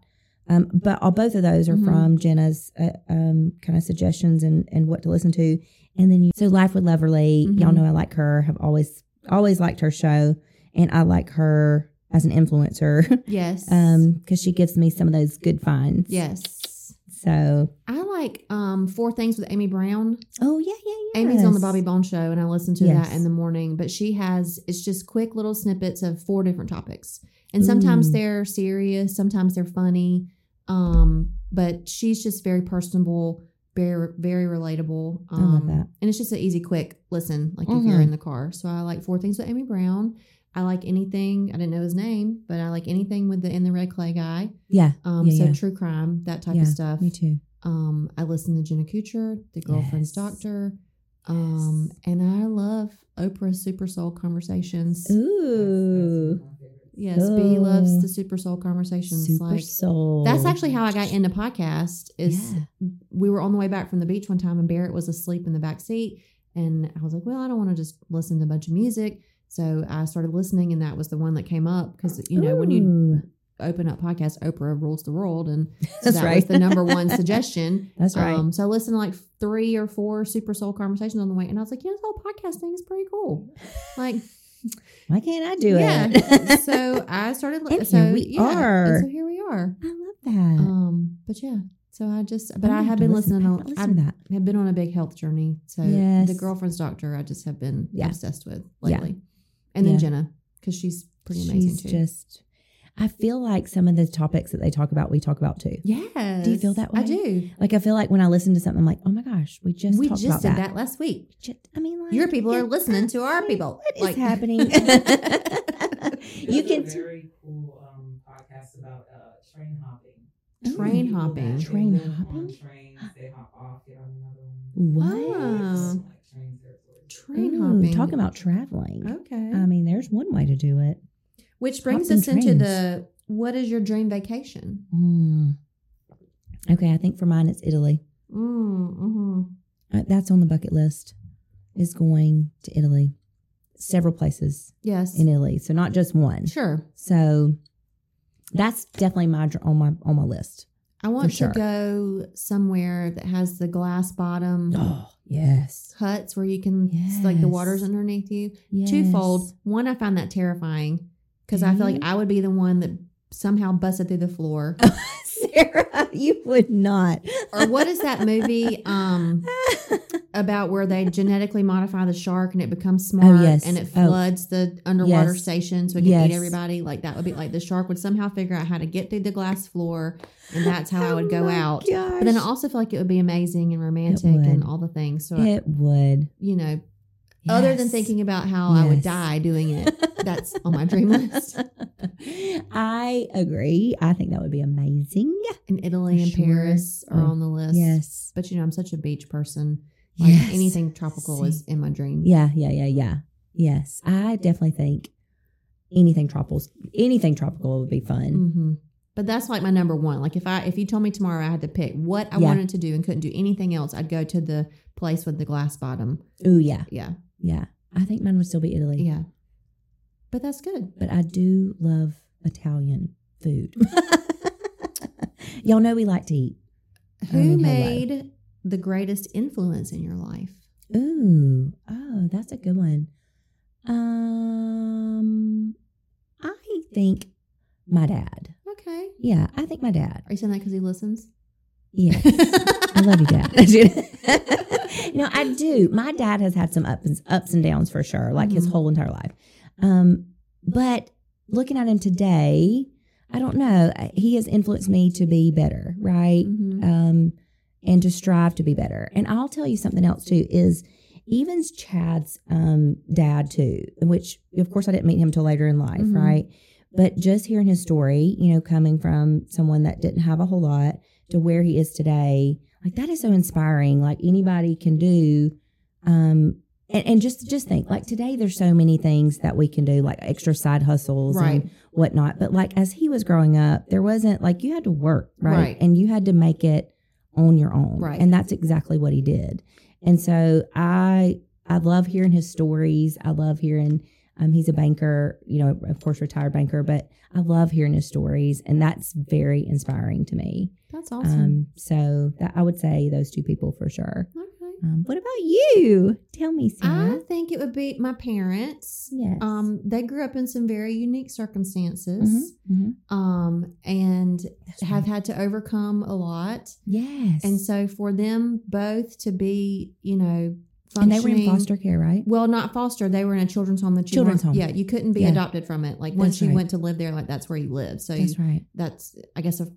Speaker 1: Um, but all, both of those are
Speaker 2: Mhm.
Speaker 1: from Jenna's uh, um, kind of suggestions and and what to listen to. And then you so life with Leverly. Y'all
Speaker 2: Mhm.
Speaker 1: know I like her. Have always always liked her show, and I like her as an influencer *laughs*
Speaker 2: Yes.
Speaker 1: um because she gives me some of those good finds.
Speaker 2: Yes.
Speaker 1: So
Speaker 2: I like um four things with Amy Brown.
Speaker 1: Oh yeah, yeah, yeah.
Speaker 2: Amy's on the Bobby Bone show, and I listen to
Speaker 1: Yes.
Speaker 2: that in the morning. But she has it's just quick little snippets of four different topics, and sometimes
Speaker 1: Ooh.
Speaker 2: they're serious, sometimes they're funny. Um, but she's just very personable, very very relatable.
Speaker 1: I love
Speaker 2: Um,
Speaker 1: that.
Speaker 2: and it's just an easy, quick listen, like if you're
Speaker 1: Mhm.
Speaker 2: in the car. So I like four things with Amy Brown. I like anything. I didn't know his name, but I like anything with the in the red clay guy.
Speaker 1: Yeah,
Speaker 2: Um,
Speaker 1: Yeah,
Speaker 2: so
Speaker 1: yeah.
Speaker 2: true crime, that type
Speaker 1: Yeah,
Speaker 2: of stuff.
Speaker 1: me too.
Speaker 2: Um, I listen to Jenna Kuchar, The
Speaker 1: Yes.
Speaker 2: Girlfriend's Doctor. Um, and I love Oprah Super Soul Conversations.
Speaker 1: Ooh,
Speaker 2: Yes, B loves
Speaker 1: Oh.
Speaker 2: the Super Soul Conversations.
Speaker 1: super
Speaker 2: like
Speaker 1: soul.
Speaker 2: that's actually how I got into podcast. Is
Speaker 1: Yeah.
Speaker 2: we were on the way back from the beach one time, and Barrett was asleep in the back seat, and I was like, well, I don't want to just listen to a bunch of music. So I started listening, and that was the one that came up because you know when you
Speaker 1: Ooh,
Speaker 2: open up podcast, Oprah rules the world, and so
Speaker 1: that's
Speaker 2: that was
Speaker 1: right. *laughs*
Speaker 2: the number one suggestion.
Speaker 1: that's right.
Speaker 2: Um, so I listened to like three or four super soul conversations on the way, and I was like, yeah, this whole podcast thing is pretty cool. Like,
Speaker 1: Why can't *laughs* I do
Speaker 2: yeah.
Speaker 1: it?
Speaker 2: so I started.
Speaker 1: *laughs*
Speaker 2: Li-
Speaker 1: And
Speaker 2: so
Speaker 1: here we
Speaker 2: yeah, and
Speaker 1: are.
Speaker 2: so here we are.
Speaker 1: I love that.
Speaker 2: Um, but yeah. So I just, but
Speaker 1: I'm
Speaker 2: I
Speaker 1: gonna
Speaker 2: have
Speaker 1: to
Speaker 2: been
Speaker 1: listen-
Speaker 2: listening.
Speaker 1: I
Speaker 2: on
Speaker 1: haven't
Speaker 2: I
Speaker 1: listened to that.
Speaker 2: have been on a big health journey. So
Speaker 1: Yes.
Speaker 2: the girlfriend's doctor, I just have been
Speaker 1: Yeah.
Speaker 2: obsessed with
Speaker 1: Yeah.
Speaker 2: lately, and then
Speaker 1: Yeah.
Speaker 2: Jenna because she's pretty amazing
Speaker 1: She's
Speaker 2: too.
Speaker 1: just. I feel like some of the topics that they talk about, we talk about too.
Speaker 2: yes.
Speaker 1: that
Speaker 2: I
Speaker 1: way?
Speaker 2: do.
Speaker 1: Like I feel like when I listen to something, I'm like, oh my gosh, we just
Speaker 2: we
Speaker 1: talked
Speaker 2: just
Speaker 1: about
Speaker 2: did that.
Speaker 1: that.
Speaker 2: last week.
Speaker 1: Just- I mean, like,
Speaker 2: Your people are
Speaker 1: yeah,
Speaker 2: listening to our
Speaker 1: like,
Speaker 2: people.
Speaker 1: What is
Speaker 2: Like- *laughs*
Speaker 1: happening? you
Speaker 3: There's *laughs*
Speaker 1: can
Speaker 3: a very cool um, podcast about uh, train hopping.
Speaker 1: Ooh.
Speaker 2: Train
Speaker 3: People that
Speaker 2: hopping.
Speaker 3: they
Speaker 1: Train
Speaker 3: live on
Speaker 1: hopping?
Speaker 3: Trains they hop off, get on another one.
Speaker 1: what?
Speaker 2: Wow.
Speaker 3: It's
Speaker 2: Uh.
Speaker 3: like train territory.
Speaker 2: Train
Speaker 1: Ooh,
Speaker 2: hopping.
Speaker 1: Talking about traveling.
Speaker 2: Okay.
Speaker 1: I mean, there's one way to do it.
Speaker 2: Which brings
Speaker 1: Hopping
Speaker 2: us into
Speaker 1: trains.
Speaker 2: the what is your dream vacation?
Speaker 1: Mm. Okay, I think for mine it's Italy.
Speaker 2: Mm-hmm.
Speaker 1: Uh, That's on the bucket list. Is going to Italy, several places
Speaker 2: Yes.
Speaker 1: in Italy, so not just one.
Speaker 2: Sure.
Speaker 1: So that's definitely my dr- on my on my
Speaker 2: *gasps*
Speaker 1: list.
Speaker 2: I want
Speaker 1: sure.
Speaker 2: to go somewhere that has the glass bottom
Speaker 1: *gasps* Oh yes,
Speaker 2: huts where you can it's like the water's
Speaker 1: Yes.
Speaker 2: underneath you.
Speaker 1: yes.
Speaker 2: Twofold. One, I found that terrifying because I feel like
Speaker 1: Mhm.
Speaker 2: I would be the one that somehow busted through
Speaker 1: *laughs*
Speaker 2: the floor.
Speaker 1: *laughs* Sarah, you would not.
Speaker 2: or what is that movie um
Speaker 1: *laughs*
Speaker 2: about where they genetically modify the shark and it becomes smart
Speaker 1: yes.
Speaker 2: and it
Speaker 1: Oh.
Speaker 2: floods the underwater
Speaker 1: Yes.
Speaker 2: station so it can
Speaker 1: Yes.
Speaker 2: eat everybody. Like that would be like the shark would somehow figure out how to get through the glass floor and that's how I would go
Speaker 1: Oh my
Speaker 2: out.
Speaker 1: Gosh.
Speaker 2: But then I also feel like it would be amazing and romantic
Speaker 1: would.
Speaker 2: and all the things. So,
Speaker 1: it would.
Speaker 2: you know, other than
Speaker 1: Yes. *laughs*
Speaker 2: thinking about how I would
Speaker 1: Yes.
Speaker 2: die
Speaker 1: *laughs*
Speaker 2: doing it, that's on my dream list.
Speaker 1: I agree. I think that would be amazing.
Speaker 2: And Italy
Speaker 1: For
Speaker 2: and
Speaker 1: sure.
Speaker 2: Paris are
Speaker 1: Oh,
Speaker 2: on the list.
Speaker 1: Yes.
Speaker 2: But, you know, I'm such a beach person. Like
Speaker 1: Yes.
Speaker 2: anything tropical is in my dream.
Speaker 1: Yeah, yeah, yeah, yeah. Yes. I definitely think anything tropical anything tropical would be fun.
Speaker 2: hmm But that's like my number one. Like if I if you told me tomorrow I had to pick what I
Speaker 1: Yeah.
Speaker 2: wanted to do and couldn't do anything else, I'd go to the place with the glass bottom.
Speaker 1: Ooh, yeah.
Speaker 2: Yeah,
Speaker 1: Yeah. I think mine would still be Italy.
Speaker 2: yeah. But that's good.
Speaker 1: But I do love Italian food. *laughs* Y'all know we like to eat. I
Speaker 2: Who
Speaker 1: mean, hello.
Speaker 2: made the greatest influence in your life?
Speaker 1: Ooh, oh, that's a good one. Um, I think my dad.
Speaker 2: Okay.
Speaker 1: Yeah, I think my dad.
Speaker 2: Are you saying that because he listens?
Speaker 1: Yeah, *laughs* I love you,
Speaker 2: *laughs*
Speaker 1: dad. *laughs* no, I do. My dad has had some ups ups and downs for sure, like his
Speaker 2: Mhm.
Speaker 1: whole entire life. Um, but looking at him today, I don't know. He has influenced me to be better, right?
Speaker 2: Mhm.
Speaker 1: um, and to strive to be better. And I'll tell you something else too is even Chad's um, dad too, which of course I didn't meet him till later in life,
Speaker 2: Mhm.
Speaker 1: right? But just hearing his story, you know, coming from someone that didn't have a whole lot to where he is today, like that is so inspiring. Like anybody can do. Um, and, and just just think like today there's so many things that we can do like extra side hustles and
Speaker 2: Right.
Speaker 1: whatnot. But like as he was growing up, there wasn't like you had to work, right?
Speaker 2: Right.
Speaker 1: And you had to make it on your own.
Speaker 2: Right.
Speaker 1: And that's exactly what he did. And so I I love hearing his stories. I love hearing um he's a banker, you know, of course retired banker, but I love hearing his stories and that's very inspiring to me.
Speaker 2: That's awesome.
Speaker 1: Um so that I would say those two people for sure.
Speaker 2: okay.
Speaker 1: Um, what about you? Tell me,
Speaker 2: I
Speaker 1: Sarah.
Speaker 2: think it would be my parents.
Speaker 1: yes.
Speaker 2: Um, they grew up in some very unique circumstances
Speaker 1: Mhm.
Speaker 2: um, and
Speaker 1: That's
Speaker 2: have
Speaker 1: right.
Speaker 2: had to overcome a lot.
Speaker 1: yes,
Speaker 2: And so for them both to be, you know,
Speaker 1: and they were in
Speaker 2: functioning-
Speaker 1: foster care, right?
Speaker 2: Well, not foster. They were in a children's home that you
Speaker 1: Children's
Speaker 2: weren't-
Speaker 1: home.
Speaker 2: Yeah, you couldn't be
Speaker 1: Yeah.
Speaker 2: adopted from it. Like once
Speaker 1: That's
Speaker 2: you
Speaker 1: right.
Speaker 2: went to live there, like that's where you lived. So
Speaker 1: That's
Speaker 2: that's,
Speaker 1: right.
Speaker 2: that's I guess, a,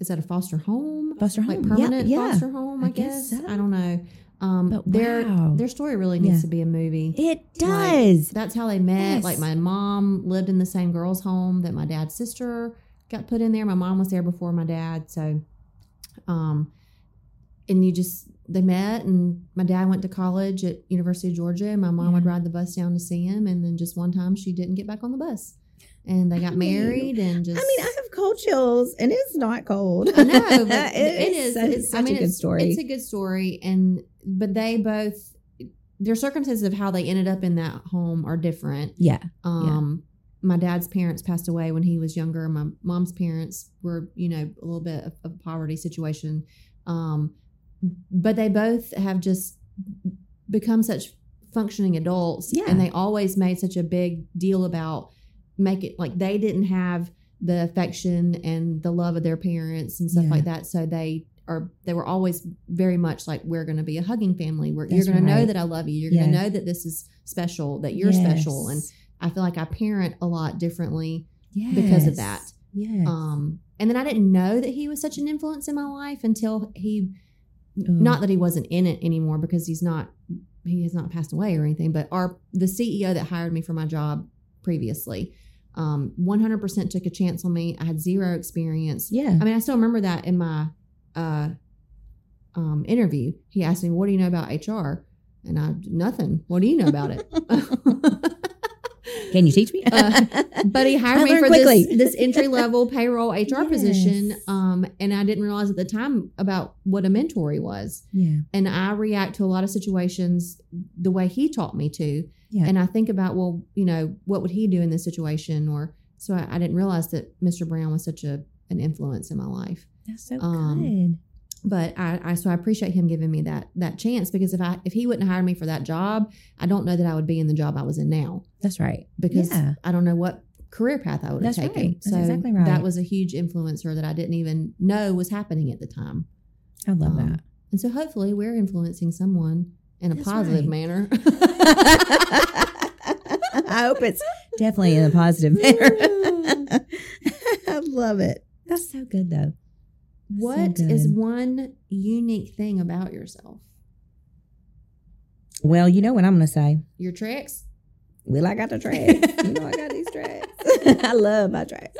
Speaker 2: is that a foster home?
Speaker 1: Foster home,
Speaker 2: Like permanent
Speaker 1: Oh, yeah, yeah.
Speaker 2: foster home?
Speaker 1: I
Speaker 2: I,
Speaker 1: guess
Speaker 2: guess.
Speaker 1: so.
Speaker 2: I don't know. Um,
Speaker 1: But
Speaker 2: their
Speaker 1: wow.
Speaker 2: their story really needs
Speaker 1: Yeah.
Speaker 2: to be a movie.
Speaker 1: It does.
Speaker 2: That's how they met.
Speaker 1: Yes.
Speaker 2: Like my mom lived in the same girls' home that my dad's sister got put in there. My mom was there before my dad, so um and you just they met and my dad went to college at University of Georgia and my mom would
Speaker 1: Yeah.
Speaker 2: ride the bus down to see him and then just one time she didn't get back on the bus. And they
Speaker 1: I
Speaker 2: got
Speaker 1: mean-
Speaker 2: married and just
Speaker 1: I mean, I have cold chills, and it's not cold.
Speaker 2: *laughs* I
Speaker 1: *laughs*
Speaker 2: know, but
Speaker 1: It
Speaker 2: it is.
Speaker 1: so-
Speaker 2: it's,
Speaker 1: such
Speaker 2: I mean,
Speaker 1: a good
Speaker 2: it's-
Speaker 1: story.
Speaker 2: It's a good story, and but they both their circumstances of how they ended up in that home are different.
Speaker 1: yeah,
Speaker 2: Um, my dad's parents passed away when he was younger. My mom's parents were, you know, a little bit of a poverty situation. Um, but they both have just become such functioning adults.
Speaker 1: Yeah.
Speaker 2: And they always made such a big deal about make it like they didn't have the affection and the love of their parents and stuff
Speaker 1: Yeah.
Speaker 2: like that. So they are they were always very much like we're going to be a hugging family. We're,
Speaker 1: That's
Speaker 2: you're going to know
Speaker 1: right.
Speaker 2: that I love you. You're going
Speaker 1: Yes.
Speaker 2: to know that this is special. That you're special. And I feel like I parent a lot differently
Speaker 1: yes.
Speaker 2: because of that.
Speaker 1: Yes.
Speaker 2: Um, and then I didn't know that he was such an influence in my life until he,
Speaker 1: Mm-hmm.
Speaker 2: not that he wasn't in it anymore because he's not, he has not passed away or anything, but our, the CEO that hired me for my job previously, um, 100% took a chance on me. I had zero experience.
Speaker 1: yeah.
Speaker 2: I mean, I still remember that in my uh, um, interview. He asked me, "What do you know about HR?" And I, nothing. What do you know
Speaker 1: *laughs*
Speaker 2: about *laughs* it?
Speaker 1: Can you teach *laughs* me?
Speaker 2: Uh, but *laughs* he hired
Speaker 1: I
Speaker 2: me
Speaker 1: learned
Speaker 2: for
Speaker 1: quickly.
Speaker 2: this, this entry level
Speaker 1: *laughs*
Speaker 2: payroll HR position.
Speaker 1: Yes.
Speaker 2: Um, and I didn't realize at the time about what a mentor he was.
Speaker 1: *laughs* yeah.
Speaker 2: And I react to a lot of situations the way he taught me to.
Speaker 1: Yeah.
Speaker 2: And I think about, well, you know, what would he do in this situation? Or so I, I didn't realize that Mr. Brown was such a an influence in my life
Speaker 1: That's so
Speaker 2: um,
Speaker 1: good.
Speaker 2: but I, I so I appreciate him giving me that that chance because if I if he wouldn't hire me for that job, I don't know that I would be in the job I was in now
Speaker 1: That's right.
Speaker 2: because
Speaker 1: Yeah.
Speaker 2: I don't know what career path I would
Speaker 1: That's
Speaker 2: have taken.
Speaker 1: right. That's
Speaker 2: so
Speaker 1: exactly right.
Speaker 2: that was a huge influencer that I didn't even know was happening at the time.
Speaker 1: I love
Speaker 2: um,
Speaker 1: that.
Speaker 2: And so hopefully we're influencing someone in a
Speaker 1: That's
Speaker 2: positive
Speaker 1: right.
Speaker 2: manner.
Speaker 1: *laughs* I hope it's definitely in a
Speaker 2: *laughs*
Speaker 1: positive manner. *laughs* I love it. That's so good, though.
Speaker 2: What is
Speaker 1: good.
Speaker 2: one unique thing about yourself?
Speaker 1: Well, you know what I'm going to say.
Speaker 2: Your tricks?
Speaker 1: Well, I got the tracks. you know, I got these tracks. *laughs* I love my *laughs* tracks.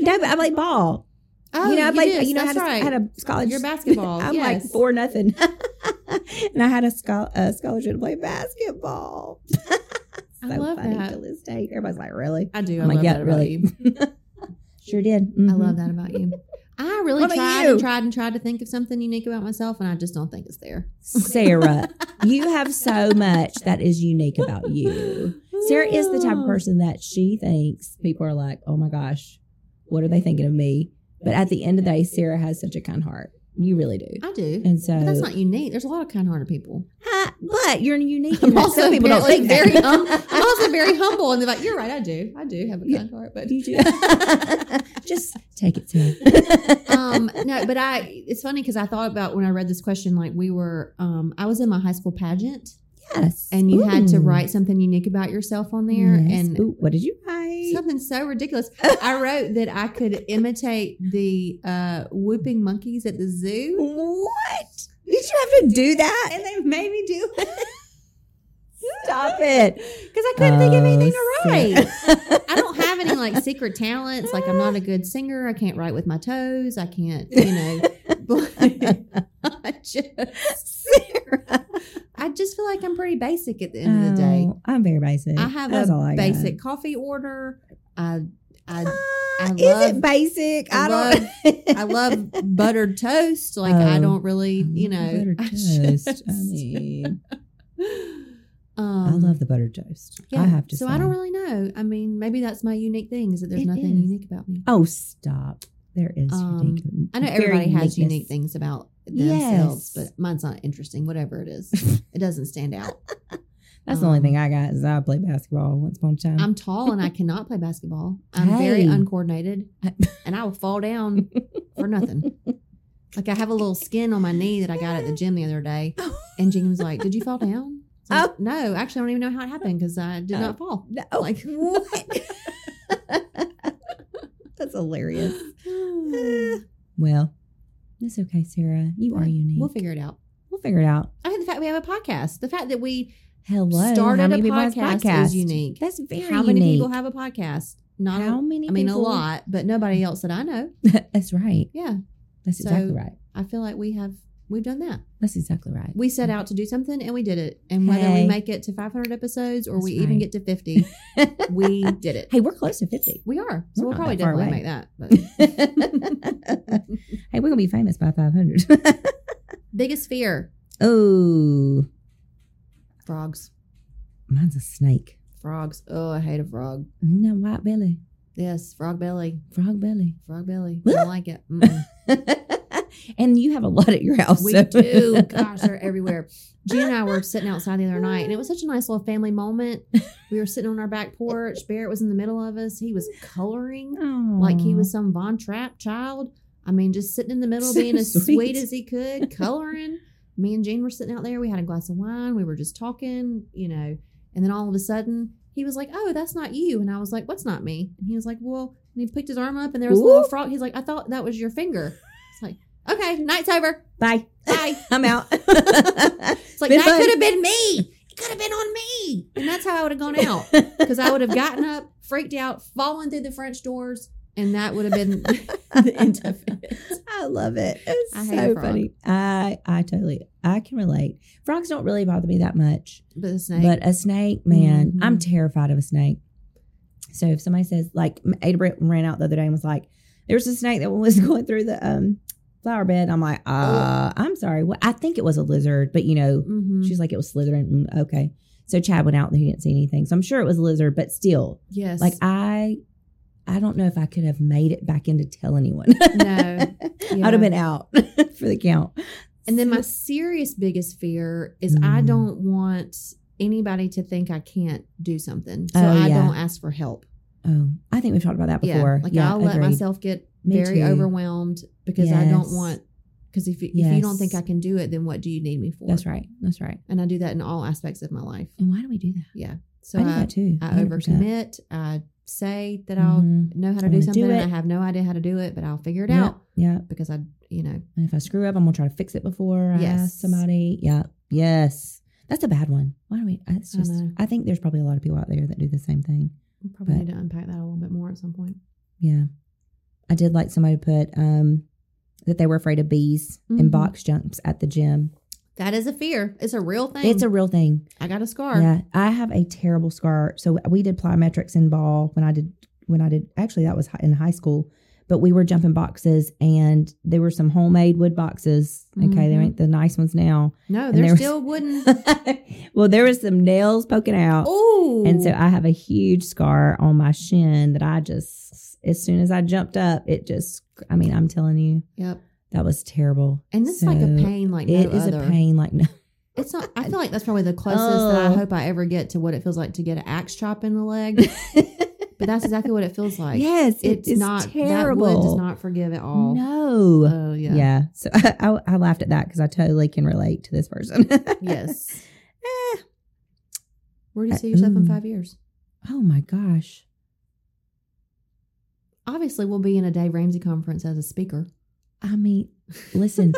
Speaker 1: no, but I played ball. you know, I played.
Speaker 2: did.
Speaker 1: you know, I
Speaker 2: Oh, That's
Speaker 1: had, a, I had a college.
Speaker 2: Your basketball,
Speaker 1: *laughs* I'm like
Speaker 2: yes.
Speaker 1: four nothing, *laughs* and I had a, schol- a scholarship to play basketball. *laughs* so
Speaker 2: I love
Speaker 1: funny
Speaker 2: that.
Speaker 1: to this day. Everybody's like, "Really?"
Speaker 2: I do. I
Speaker 1: I'm like,
Speaker 2: love
Speaker 1: "Yeah,
Speaker 2: that about
Speaker 1: Oh really."
Speaker 2: you.
Speaker 1: Sure did. Mm-hmm.
Speaker 2: I love that *laughs* about you. I really
Speaker 1: What about
Speaker 2: tried
Speaker 1: you?
Speaker 2: and tried and tried to think of something unique about myself, and I just don't think it's there.
Speaker 1: Sarah. you have so much that is unique about *sighs* you. Oh. Sarah is the type of person that she thinks people are like, "Oh my gosh, what are they thinking of me?" But at the end of the day, Sarah has such a kind heart. You really do,
Speaker 2: I do.
Speaker 1: and so
Speaker 2: but that's not unique. There's a lot of
Speaker 1: *laughs*
Speaker 2: kind-hearted people.
Speaker 1: Uh, but you're unique. in
Speaker 2: I'm
Speaker 1: that
Speaker 2: also
Speaker 1: some people don't
Speaker 2: apparently
Speaker 1: think that.
Speaker 2: very. Hum-
Speaker 1: *laughs*
Speaker 2: I'm also very humble, and they're like, "You're right. I do. I do have a
Speaker 1: Yeah.
Speaker 2: kind heart."
Speaker 1: *laughs*
Speaker 2: But
Speaker 1: You do. Just take it
Speaker 2: *laughs*
Speaker 1: to
Speaker 2: *laughs* um, no, but I. It's funny because I thought about when I read this question. Like we were, um, I was in my high school pageant,
Speaker 1: yes.
Speaker 2: and you had to
Speaker 1: Ooh.
Speaker 2: write something unique about yourself on there,
Speaker 1: Yes.
Speaker 2: and
Speaker 1: Ooh, what did you write?
Speaker 2: something
Speaker 1: *laughs*
Speaker 2: so ridiculous. I wrote that I could imitate the uh, whooping monkeys at the zoo.
Speaker 1: What did you have to do that? And they made me do it. *laughs* Stop
Speaker 2: *laughs*
Speaker 1: it! Uh,
Speaker 2: Because I couldn't think of anything to write.
Speaker 1: *laughs* write.
Speaker 2: I don't have any like secret talents. Like I'm not a good singer. I can't write with my toes. I can't,
Speaker 1: *laughs*
Speaker 2: you know. but *laughs* I just,
Speaker 1: Sarah.
Speaker 2: I just feel like I'm pretty basic at the end of the day.
Speaker 1: Oh, I'm very basic.
Speaker 2: I have
Speaker 1: That's
Speaker 2: a
Speaker 1: all I got.
Speaker 2: basic coffee order. I, I,
Speaker 1: Ah,
Speaker 2: I
Speaker 1: is
Speaker 2: love-
Speaker 1: it basic? I,
Speaker 2: I
Speaker 1: don't. *laughs*
Speaker 2: I love buttered toast. Like I
Speaker 1: Oh,
Speaker 2: don't really, you know.
Speaker 1: Butter
Speaker 2: *laughs* I
Speaker 1: toast.
Speaker 2: just-
Speaker 1: I mean,
Speaker 2: *laughs* Um,
Speaker 1: I love the butter toast. I have to
Speaker 2: So
Speaker 1: say.
Speaker 2: I don't really know. I mean, maybe that's my unique thing is that there's
Speaker 1: It
Speaker 2: nothing
Speaker 1: is.
Speaker 2: unique about me.
Speaker 1: Oh, stop. There is
Speaker 2: Um,
Speaker 1: unique.
Speaker 2: I know
Speaker 1: very
Speaker 2: everybody
Speaker 1: uniqueness.
Speaker 2: has unique things about themselves,
Speaker 1: Yes.
Speaker 2: but mine's not interesting. Whatever it is,
Speaker 1: *laughs*
Speaker 2: it doesn't stand out.
Speaker 1: That's the only
Speaker 2: Um,
Speaker 1: thing I got is I played basketball once upon a time.
Speaker 2: I'm tall and
Speaker 1: *laughs*
Speaker 2: I cannot play basketball. I'm very
Speaker 1: Um, Hey. *laughs*
Speaker 2: uncoordinated and I will fall down for nothing. Like I have a little skin on my knee that I got at the gym the other day, and Jean was like, "Did you fall down?" So
Speaker 1: Oh.
Speaker 2: I was like, no, actually, I don't even know how it happened because I did not fall.
Speaker 1: no, *laughs*
Speaker 2: Like-
Speaker 1: what? *laughs* That's hilarious.
Speaker 2: *sighs*
Speaker 1: Well, it's okay, Sarah. You are unique.
Speaker 2: We'll figure it out.
Speaker 1: We'll figure it out.
Speaker 2: I mean, the fact we have a podcast, the fact that we
Speaker 1: Hello.
Speaker 2: started
Speaker 1: how
Speaker 2: a
Speaker 1: many people has
Speaker 2: podcast, is unique.
Speaker 1: That's very
Speaker 2: how many
Speaker 1: unique.
Speaker 2: people have a podcast? Not
Speaker 1: how
Speaker 2: a,
Speaker 1: many?
Speaker 2: I mean, a
Speaker 1: people-
Speaker 2: lot, but nobody else that I know.
Speaker 1: That's right.
Speaker 2: Yeah,
Speaker 1: That's
Speaker 2: So-
Speaker 1: exactly right.
Speaker 2: I feel like we have we've done that.
Speaker 1: That's exactly right.
Speaker 2: we set out to do something and we did it. And whether
Speaker 1: Hey.
Speaker 2: we make it to 500 episodes or
Speaker 1: That's
Speaker 2: we even
Speaker 1: right.
Speaker 2: get to
Speaker 1: *laughs*
Speaker 2: 50, we did it.
Speaker 1: hey, we're close to fifty. *laughs*
Speaker 2: We are. So
Speaker 1: We're not
Speaker 2: we'll probably
Speaker 1: that far away.
Speaker 2: definitely make that.
Speaker 1: *laughs*
Speaker 2: But *laughs*
Speaker 1: hey, we're gonna be famous by five hundred. *laughs*
Speaker 2: biggest fear
Speaker 1: oh,
Speaker 2: frogs.
Speaker 1: mine's a snake.
Speaker 2: Frogs. Oh, I hate a frog.
Speaker 1: Isn't that white belly,
Speaker 2: Yes, frog belly.
Speaker 1: frog belly? *laughs*
Speaker 2: Frog belly. I don't
Speaker 1: Ugh.
Speaker 2: like it. Mm-mm.
Speaker 1: and you have a lot at your house.
Speaker 2: *laughs* We
Speaker 1: so- *laughs*
Speaker 2: do. Gosh, they're everywhere. Jen and I were sitting outside the other night, and it was such a nice little family moment. We were sitting on our back porch. Barrett was in the middle of us. He was coloring. like he
Speaker 1: Aw.
Speaker 2: was some Von Trapp child. I mean, just sitting in the middle,
Speaker 1: So
Speaker 2: being
Speaker 1: *laughs*
Speaker 2: as
Speaker 1: sweet.
Speaker 2: sweet. as he could, coloring. Me and Jean were sitting out there. We had a glass of wine. We were just talking, you know. And then all of a sudden, he was like, "Oh, that's not you." And I was like, "What's not me?" And he was like, "Well," and he picked his arm up, and there was a little
Speaker 1: Ooh.
Speaker 2: frog. He's like, "I thought that was your finger." It's like, "Okay, night's over.
Speaker 1: Bye.
Speaker 2: Bye."
Speaker 1: *laughs* I'm out.
Speaker 2: *laughs* It's like
Speaker 1: Been
Speaker 2: that
Speaker 1: fun.
Speaker 2: could have been me. It could have been on me, and that's how I would have gone
Speaker 1: *laughs*
Speaker 2: out *laughs* because I would have gotten up, freaked out, fallen through the French doors, and that would have been *laughs* the end of it.
Speaker 1: I love it. It's
Speaker 2: I hate a
Speaker 1: so
Speaker 2: frog.
Speaker 1: funny. I I totally I can relate. Frogs don't really bother me that much,
Speaker 2: But the snake,
Speaker 1: but a snake, man,
Speaker 2: Mhm.
Speaker 1: I'm terrified of a snake. So if somebody says like Ada Britt ran out the other day and was like, "There's a snake that *laughs* was going through the um flower bed," I'm like, "Uh, I'm sorry. Well, I think it was a lizard, but you know,
Speaker 2: Mhm.
Speaker 1: she's like it was slithering. Mm, Okay." So Chad went out and he didn't see anything. So I'm sure it was a lizard, but still,
Speaker 2: yes,
Speaker 1: like I, I don't know if I could have made it back in to tell anyone.
Speaker 2: no. Yeah.
Speaker 1: *laughs* I'd have been out *laughs* for the count.
Speaker 2: And then my serious biggest fear is I
Speaker 1: Mm.
Speaker 2: don't want anybody to think I can't do something, so
Speaker 1: Oh,
Speaker 2: I
Speaker 1: yeah.
Speaker 2: don't ask for help.
Speaker 1: Oh, I think we've talked about that before.
Speaker 2: Yeah, like
Speaker 1: Yeah,
Speaker 2: I'll let
Speaker 1: agreed.
Speaker 2: myself get
Speaker 1: Me
Speaker 2: very
Speaker 1: too.
Speaker 2: overwhelmed because I don't
Speaker 1: Yes.
Speaker 2: want. Because if, you if you don't
Speaker 1: Yes.
Speaker 2: think I can do it, then what do you need me for?
Speaker 1: That's right. That's right.
Speaker 2: And I do that in all aspects of my life.
Speaker 1: And why do we do that?
Speaker 2: So
Speaker 1: I do
Speaker 2: I,
Speaker 1: that too.
Speaker 2: I,
Speaker 1: 100%.
Speaker 2: overcommit. I say that I'll
Speaker 1: Mhm.
Speaker 2: know how to
Speaker 1: I'm gonna
Speaker 2: Mm-hmm. do
Speaker 1: do
Speaker 2: something, and I
Speaker 1: it.
Speaker 2: have no idea how to do it, but I'll figure it
Speaker 1: Yeah.
Speaker 2: out
Speaker 1: Yeah.
Speaker 2: because I, you know,
Speaker 1: And if I screw up, I'm gonna try to fix it before
Speaker 2: Yes.
Speaker 1: I ask somebody. Yeah. Yes. That's a bad one. Why do we? It's
Speaker 2: I
Speaker 1: just.
Speaker 2: know.
Speaker 1: I think there's probably a lot of people out there that do the same thing.
Speaker 2: we probably
Speaker 1: But-
Speaker 2: need to unpack that a little bit more at some point.
Speaker 1: Yeah. I did like somebody put um that they were afraid of bees
Speaker 2: Mhm.
Speaker 1: and box jumps at the gym.
Speaker 2: That is a fear. It's a real thing.
Speaker 1: It's a real thing.
Speaker 2: I got a scar.
Speaker 1: Yeah, I have a terrible scar. So we did plyometrics in ball when I did when I did actually that was hi- in high school, but we were jumping boxes and there were some homemade wood boxes. Okay, they
Speaker 2: Mhm.
Speaker 1: ain't the nice ones now. *laughs*
Speaker 2: No,
Speaker 1: And
Speaker 2: they're
Speaker 1: there was-
Speaker 2: still *laughs* wooden.
Speaker 1: well, there was some nails poking out.
Speaker 2: Oh,
Speaker 1: And so I have a huge scar on my shin that I just as soon as I jumped up, it just I mean, I'm telling you,
Speaker 2: yep.
Speaker 1: that was terrible.
Speaker 2: And this is like a
Speaker 1: So
Speaker 2: pain, like no
Speaker 1: It is
Speaker 2: other.
Speaker 1: a pain like no.
Speaker 2: It's not. I feel like that's probably the closest that I
Speaker 1: Oh.
Speaker 2: hope I ever get to what it feels like to get an axe chop in the *laughs* leg. but
Speaker 1: *laughs*
Speaker 2: that's exactly what it feels like.
Speaker 1: yes, it
Speaker 2: it's
Speaker 1: is
Speaker 2: not
Speaker 1: terrible.
Speaker 2: That wood does not forgive at all.
Speaker 1: No.
Speaker 2: Oh
Speaker 1: Yeah.
Speaker 2: yeah.
Speaker 1: So *laughs* I, I, I laughed at that because I totally can relate to this person. *laughs*
Speaker 2: Yes.
Speaker 1: Eh.
Speaker 2: Where do you
Speaker 1: Uh,
Speaker 2: see yourself in
Speaker 1: ooh.
Speaker 2: five years?
Speaker 1: oh my gosh.
Speaker 2: Obviously, we'll be in a Dave Ramsey conference as a speaker.
Speaker 1: I mean,
Speaker 2: *laughs*
Speaker 1: listen,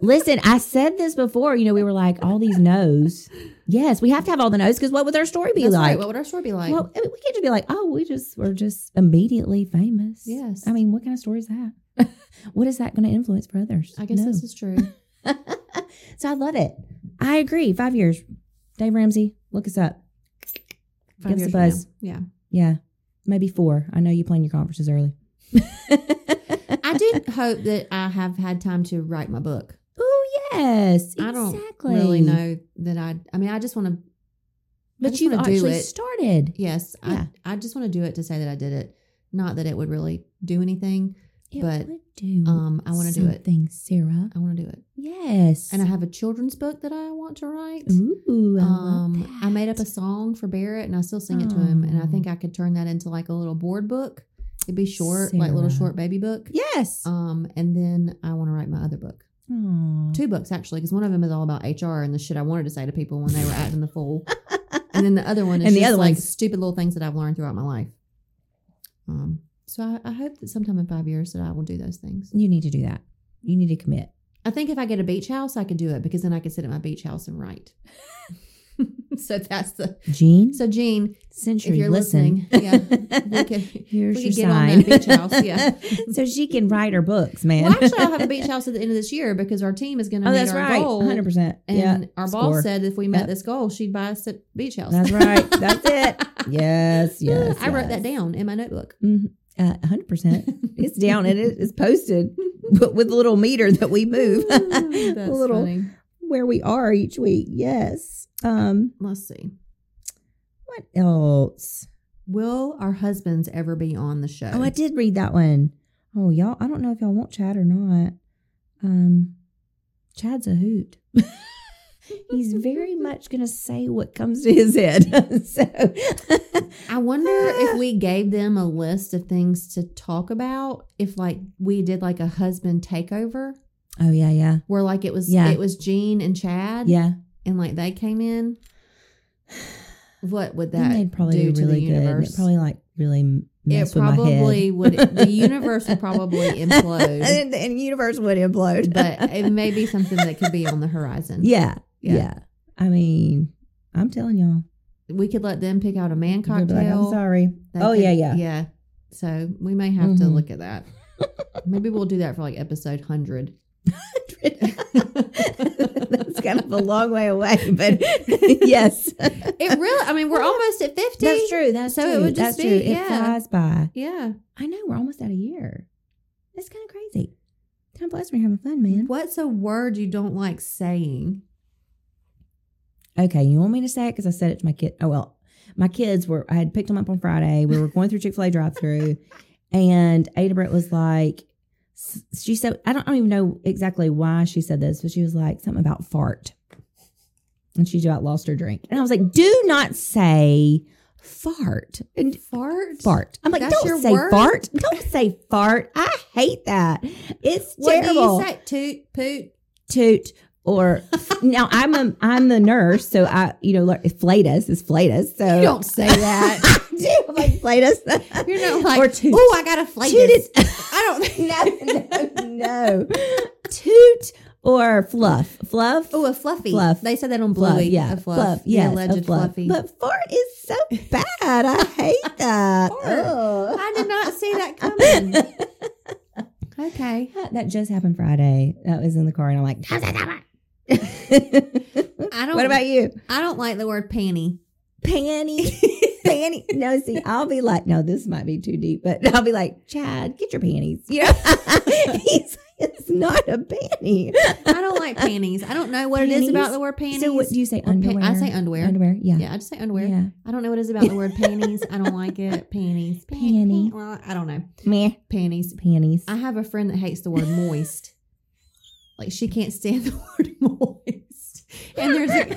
Speaker 1: listen, I said this before. You know, we were like, all these no's. Yes, we have to have all the no's because what would our story be
Speaker 2: That's
Speaker 1: like?
Speaker 2: right. What would our story be like?
Speaker 1: well, I mean, we can't just be like, oh, we just were just immediately famous.
Speaker 2: Yes.
Speaker 1: I mean, what kind of story is that? *laughs* what is that going to influence for others?
Speaker 2: I guess
Speaker 1: No.
Speaker 2: this
Speaker 1: *laughs*
Speaker 2: is true.
Speaker 1: so I love it. I agree. Five years. Dave Ramsey, look us up. Give us a
Speaker 2: Five years from now.
Speaker 1: buzz.
Speaker 2: Yeah.
Speaker 1: Yeah, maybe four. I know you plan your conferences early.
Speaker 2: *laughs* I do hope that I have had time to write my book.
Speaker 1: *laughs* Oh yes, exactly.
Speaker 2: I don't Really know that I, I mean, I just want to, I
Speaker 1: but
Speaker 2: just
Speaker 1: you've
Speaker 2: wanna do
Speaker 1: actually
Speaker 2: it.
Speaker 1: started.
Speaker 2: yes,
Speaker 1: Yeah.
Speaker 2: I, I just want to do it to say that I did it. Not that it would really do anything,
Speaker 1: It
Speaker 2: But,
Speaker 1: would do.
Speaker 2: Um, I want to do it.
Speaker 1: something, Sarah.
Speaker 2: I want to do it.
Speaker 1: Yes.
Speaker 2: And I have a children's book that I want to write.
Speaker 1: Mm-hmm. Ooh, I love
Speaker 2: Um, I made up a
Speaker 1: that.
Speaker 2: song for Barrett and I still sing it to him. And I
Speaker 1: Aw.
Speaker 2: think I could turn that into like a little board book. It'd be short, like little
Speaker 1: Sarah.
Speaker 2: short baby book.
Speaker 1: Yes.
Speaker 2: Um, and then I want to write my other book.
Speaker 1: Aw.
Speaker 2: Two books actually, because one of them is all about HR and the shit I wanted to say to people when they were acting the fool. And then the
Speaker 1: *laughs*
Speaker 2: other one is
Speaker 1: And the
Speaker 2: just
Speaker 1: other
Speaker 2: like
Speaker 1: one's-
Speaker 2: stupid little things that I've learned throughout my life. Um, so I, I hope that sometime in five years that I will do those things.
Speaker 1: You need to do that. You need to commit.
Speaker 2: I think if I get a beach house, I could do it because then I could sit at my beach house and write. *laughs* so that's the
Speaker 1: Gene,
Speaker 2: so Gene,
Speaker 1: since
Speaker 2: if
Speaker 1: you're,
Speaker 2: you're
Speaker 1: listening,
Speaker 2: listening,
Speaker 1: *laughs*
Speaker 2: yeah, we could-
Speaker 1: here's
Speaker 2: we
Speaker 1: your
Speaker 2: could get on
Speaker 1: sign.
Speaker 2: that beach house, yeah.
Speaker 1: *laughs* so she can write her books, man.
Speaker 2: *laughs* Well, actually, I'll
Speaker 1: *laughs*
Speaker 2: have a beach house at the end of this year because our team is going to
Speaker 1: oh,
Speaker 2: meet
Speaker 1: that's
Speaker 2: our
Speaker 1: right.
Speaker 2: goal.
Speaker 1: 100%.
Speaker 2: And *laughs*
Speaker 1: yeah.
Speaker 2: our
Speaker 1: score.
Speaker 2: boss said if we met
Speaker 1: Yep.
Speaker 2: this goal, she'd buy us a beach house.
Speaker 1: That's right. That's it.
Speaker 2: *laughs*
Speaker 1: Yes, yes.
Speaker 2: I wrote that
Speaker 1: yes.
Speaker 2: down in my notebook.
Speaker 1: Mhm. Uh, 100%. It's down and
Speaker 2: *laughs*
Speaker 1: it is posted, but with a little meter that we move. *laughs*
Speaker 2: Ooh,
Speaker 1: a
Speaker 2: *laughs* That's
Speaker 1: little
Speaker 2: funny.
Speaker 1: where we are each week. Yes. Um,
Speaker 2: Let's see.
Speaker 1: what else?
Speaker 2: Will our husbands ever be on the show?
Speaker 1: Oh, I did read that one. Oh, y'all, I don't know if y'all want Chad or not. Um, Chad's a hoot. *laughs* He's *laughs* very much going to say what comes to his head. *laughs* so,
Speaker 2: I wonder if we gave them a list of things to talk about, if like we did like a husband takeover
Speaker 1: oh, yeah, yeah.
Speaker 2: where like it was
Speaker 1: Yeah.
Speaker 2: it was Gene and Chad
Speaker 1: Yeah.
Speaker 2: and like they came in. What would
Speaker 1: Then
Speaker 2: that
Speaker 1: they'd probably
Speaker 2: do
Speaker 1: do
Speaker 2: to the
Speaker 1: really good. and
Speaker 2: universe?
Speaker 1: It probably *laughs* like really m- mess
Speaker 2: it
Speaker 1: with my
Speaker 2: probably
Speaker 1: head.
Speaker 2: would
Speaker 1: *laughs*
Speaker 2: the universe would probably implode.
Speaker 1: and, and the universe would implode. *laughs*
Speaker 2: But it may be something that could be on the horizon.
Speaker 1: yeah,
Speaker 2: Yeah.
Speaker 1: yeah, I mean, I'm telling y'all.
Speaker 2: We could let them pick out a man
Speaker 1: You'll be
Speaker 2: cocktail.
Speaker 1: like, I'm sorry. *laughs*
Speaker 2: They
Speaker 1: Oh,
Speaker 2: could-
Speaker 1: yeah, yeah.
Speaker 2: Yeah. So we may have to
Speaker 1: Mhm.
Speaker 2: look at that. Maybe we'll do that for like
Speaker 1: *laughs*
Speaker 2: episode 100.
Speaker 1: That's kind of a long way away, but *laughs* yes,
Speaker 2: It really, I mean, we're almost at 50.
Speaker 1: that's true. That's
Speaker 2: So
Speaker 1: true.
Speaker 2: it would
Speaker 1: that's
Speaker 2: just be-
Speaker 1: true.
Speaker 2: yeah.
Speaker 1: It flies by.
Speaker 2: Yeah.
Speaker 1: I know we're almost out of year. That's kind of crazy. Time flies when you're having fun, man.
Speaker 2: What's a word you don't like saying?
Speaker 1: Okay, you want me to say it because I said it to my kid. Oh well, my kids were. I had picked them up on Friday. We were going through Chick Fil A drive through, and Ada Brett was like, s- she said, I don't, I don't even know exactly why she said this, but she was like something about fart, and she about lost her drink. And I was like, do not say fart and
Speaker 2: Fart?
Speaker 1: fart. I'm like,
Speaker 2: That's your
Speaker 1: don't say
Speaker 2: word?
Speaker 1: fart. Don't say fart. I hate that. It's
Speaker 2: What
Speaker 1: terrible
Speaker 2: do you say? Toot, poot.
Speaker 1: toot or *laughs* now I'm a I'm the nurse, so I you know like, flatus is flatus. So
Speaker 2: You don't say that.
Speaker 1: *laughs* I do. I'm like flatus.
Speaker 2: *laughs* You're not like,
Speaker 1: or toot.
Speaker 2: oh, I got a flake.
Speaker 1: toot
Speaker 2: this."
Speaker 1: is
Speaker 2: I don't think
Speaker 1: *laughs* no, no, no.
Speaker 2: *laughs*
Speaker 1: toot or fluff fluff.
Speaker 2: Oh, a fluffy.
Speaker 1: Fluff.
Speaker 2: They said that on Bluey.
Speaker 1: Fluff, yeah,
Speaker 2: a fluff.
Speaker 1: fluff,
Speaker 2: The
Speaker 1: yes,
Speaker 2: alleged
Speaker 1: a fluff. *laughs*
Speaker 2: fluffy.
Speaker 1: But fart is so bad. I
Speaker 2: *laughs*
Speaker 1: hate that.
Speaker 2: Fart.
Speaker 1: Ugh.
Speaker 2: I did not see *laughs* that coming. okay.
Speaker 1: That just happened Friday. That was in the car, and I'm like, "Don't say *laughs* that word."
Speaker 2: I don't.
Speaker 1: what about you?
Speaker 2: I don't like the word panty. *laughs*
Speaker 1: panty, panty. No, see, I'll be like, no, this might be too deep, but I'll be like, Chad, get your panties. You
Speaker 2: *laughs*
Speaker 1: know, he's like, it's not a panty.
Speaker 2: I don't like panties. I don't know what it is
Speaker 1: Panties?
Speaker 2: about the word panties.
Speaker 1: So what do you say?
Speaker 2: Or
Speaker 1: Underwear.
Speaker 2: Pa- I say underwear.
Speaker 1: Underwear. Yeah.
Speaker 2: Yeah, I just say underwear.
Speaker 1: Yeah.
Speaker 2: I don't know what it is about the word panties. I don't like it. Panties. Pan-
Speaker 1: Panty.
Speaker 2: pan- well, I don't know.
Speaker 1: Meh.
Speaker 2: Panties.
Speaker 1: Panties.
Speaker 2: I have a friend that hates the word moist. Like she can't stand *laughs* the word moist. And
Speaker 1: *laughs*
Speaker 2: there's a,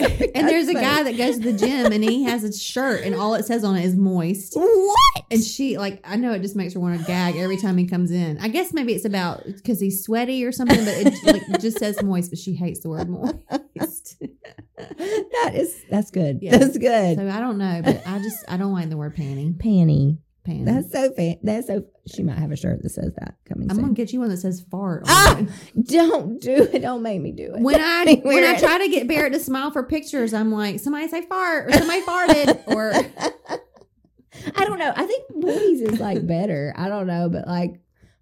Speaker 2: *laughs* and there's a guy that goes to the gym and he has a shirt and all it says on it is moist.
Speaker 1: What?
Speaker 2: And she like I know it just makes her want to gag every time he comes in. I guess maybe it's about because he's sweaty or something, but it like, just says moist. But she hates the
Speaker 1: *laughs*
Speaker 2: word moist, so
Speaker 1: that is that's good.
Speaker 2: Yeah.
Speaker 1: That's good.
Speaker 2: I don't know. But I just I don't like the word panty.
Speaker 1: Panty.
Speaker 2: Panty.
Speaker 1: That's so fan. That's so. She might have a shirt that says that coming
Speaker 2: I'm gonna
Speaker 1: soon.
Speaker 2: get you one that says fart. on
Speaker 1: Ah!
Speaker 2: it.
Speaker 1: Don't do it. Don't make me do it. *laughs*
Speaker 2: When I
Speaker 1: Don't
Speaker 2: when
Speaker 1: wear
Speaker 2: I
Speaker 1: it.
Speaker 2: try to get Barrett to smile for pictures, I'm like somebody say fart or somebody farted or
Speaker 1: I don't know. I think boys is like better. I don't know, but like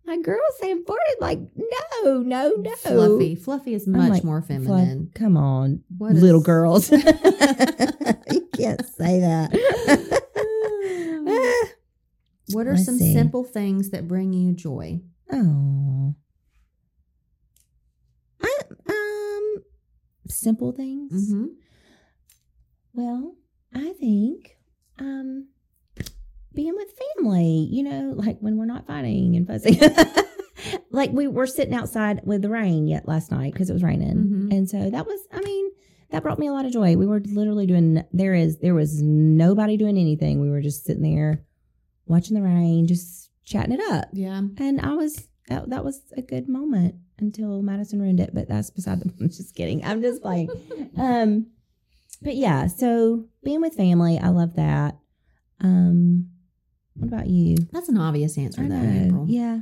Speaker 1: my girl saying farted, like no, no, *laughs* no,
Speaker 2: fluffy. Fluffy is much
Speaker 1: like,
Speaker 2: more
Speaker 1: Fluff-
Speaker 2: feminine.
Speaker 1: come on,
Speaker 2: What is-
Speaker 1: little
Speaker 2: *laughs*
Speaker 1: girls. you can't say
Speaker 2: *sighs*
Speaker 1: that. *sighs* Ah.
Speaker 2: What are
Speaker 1: Let's
Speaker 2: some
Speaker 1: see.
Speaker 2: simple things that bring you joy?
Speaker 1: oh, I, um, simple things.
Speaker 2: Mm-hmm.
Speaker 1: Well, I think um, being with family, you know, like when we're not fighting and fussing. *laughs* like we were sitting outside with the rain yet last night because it was raining.
Speaker 2: Mhm.
Speaker 1: And so that was, I mean, that brought me a lot of joy. We were literally doing, there is, there was nobody doing anything. We were just sitting there watching the rain, just chatting it up. *laughs*
Speaker 2: Yeah.
Speaker 1: And I was that, that was a good moment until Madison ruined it, but that's beside the *laughs* I'm just kidding. I'm just playing. um but yeah, so being with family, I love that. Um what about you?
Speaker 2: That's an obvious answer,
Speaker 1: I
Speaker 2: though,
Speaker 1: know,
Speaker 2: April.
Speaker 1: Yeah.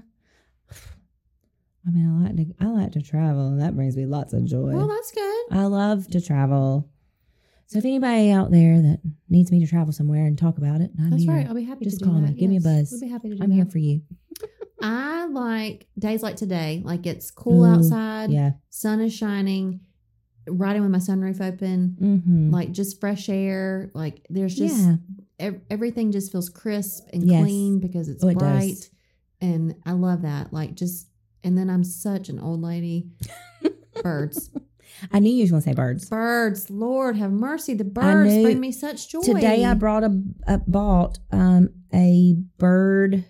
Speaker 1: *sighs* I mean, I like to I like to travel and that brings me lots of joy.
Speaker 2: Well, that's good.
Speaker 1: I love to travel. So if anybody out there that needs me to travel somewhere and talk about it, I'm
Speaker 2: That's
Speaker 1: here.
Speaker 2: right. I'll be happy
Speaker 1: Just
Speaker 2: to do
Speaker 1: call me.
Speaker 2: that.
Speaker 1: Give me a buzz.
Speaker 2: We'll be happy to do
Speaker 1: I'm
Speaker 2: that.
Speaker 1: here for you.
Speaker 2: I like days like today. Like it's cool
Speaker 1: Ooh,
Speaker 2: outside.
Speaker 1: Yeah.
Speaker 2: Sun is shining. Riding with my sunroof open.
Speaker 1: Mm-hmm.
Speaker 2: Like just fresh air. Like there's just
Speaker 1: yeah.
Speaker 2: ev- everything just feels crisp and
Speaker 1: Yes.
Speaker 2: clean because it's
Speaker 1: Oh, it does.
Speaker 2: bright. And I love that. Like just and then I'm such an old
Speaker 1: *laughs*
Speaker 2: lady. birds.
Speaker 1: I knew you was gonna say birds.
Speaker 2: Birds, Lord have mercy. The birds
Speaker 1: knew-
Speaker 2: bring me such joy.
Speaker 1: Today I brought a, a bought um a bird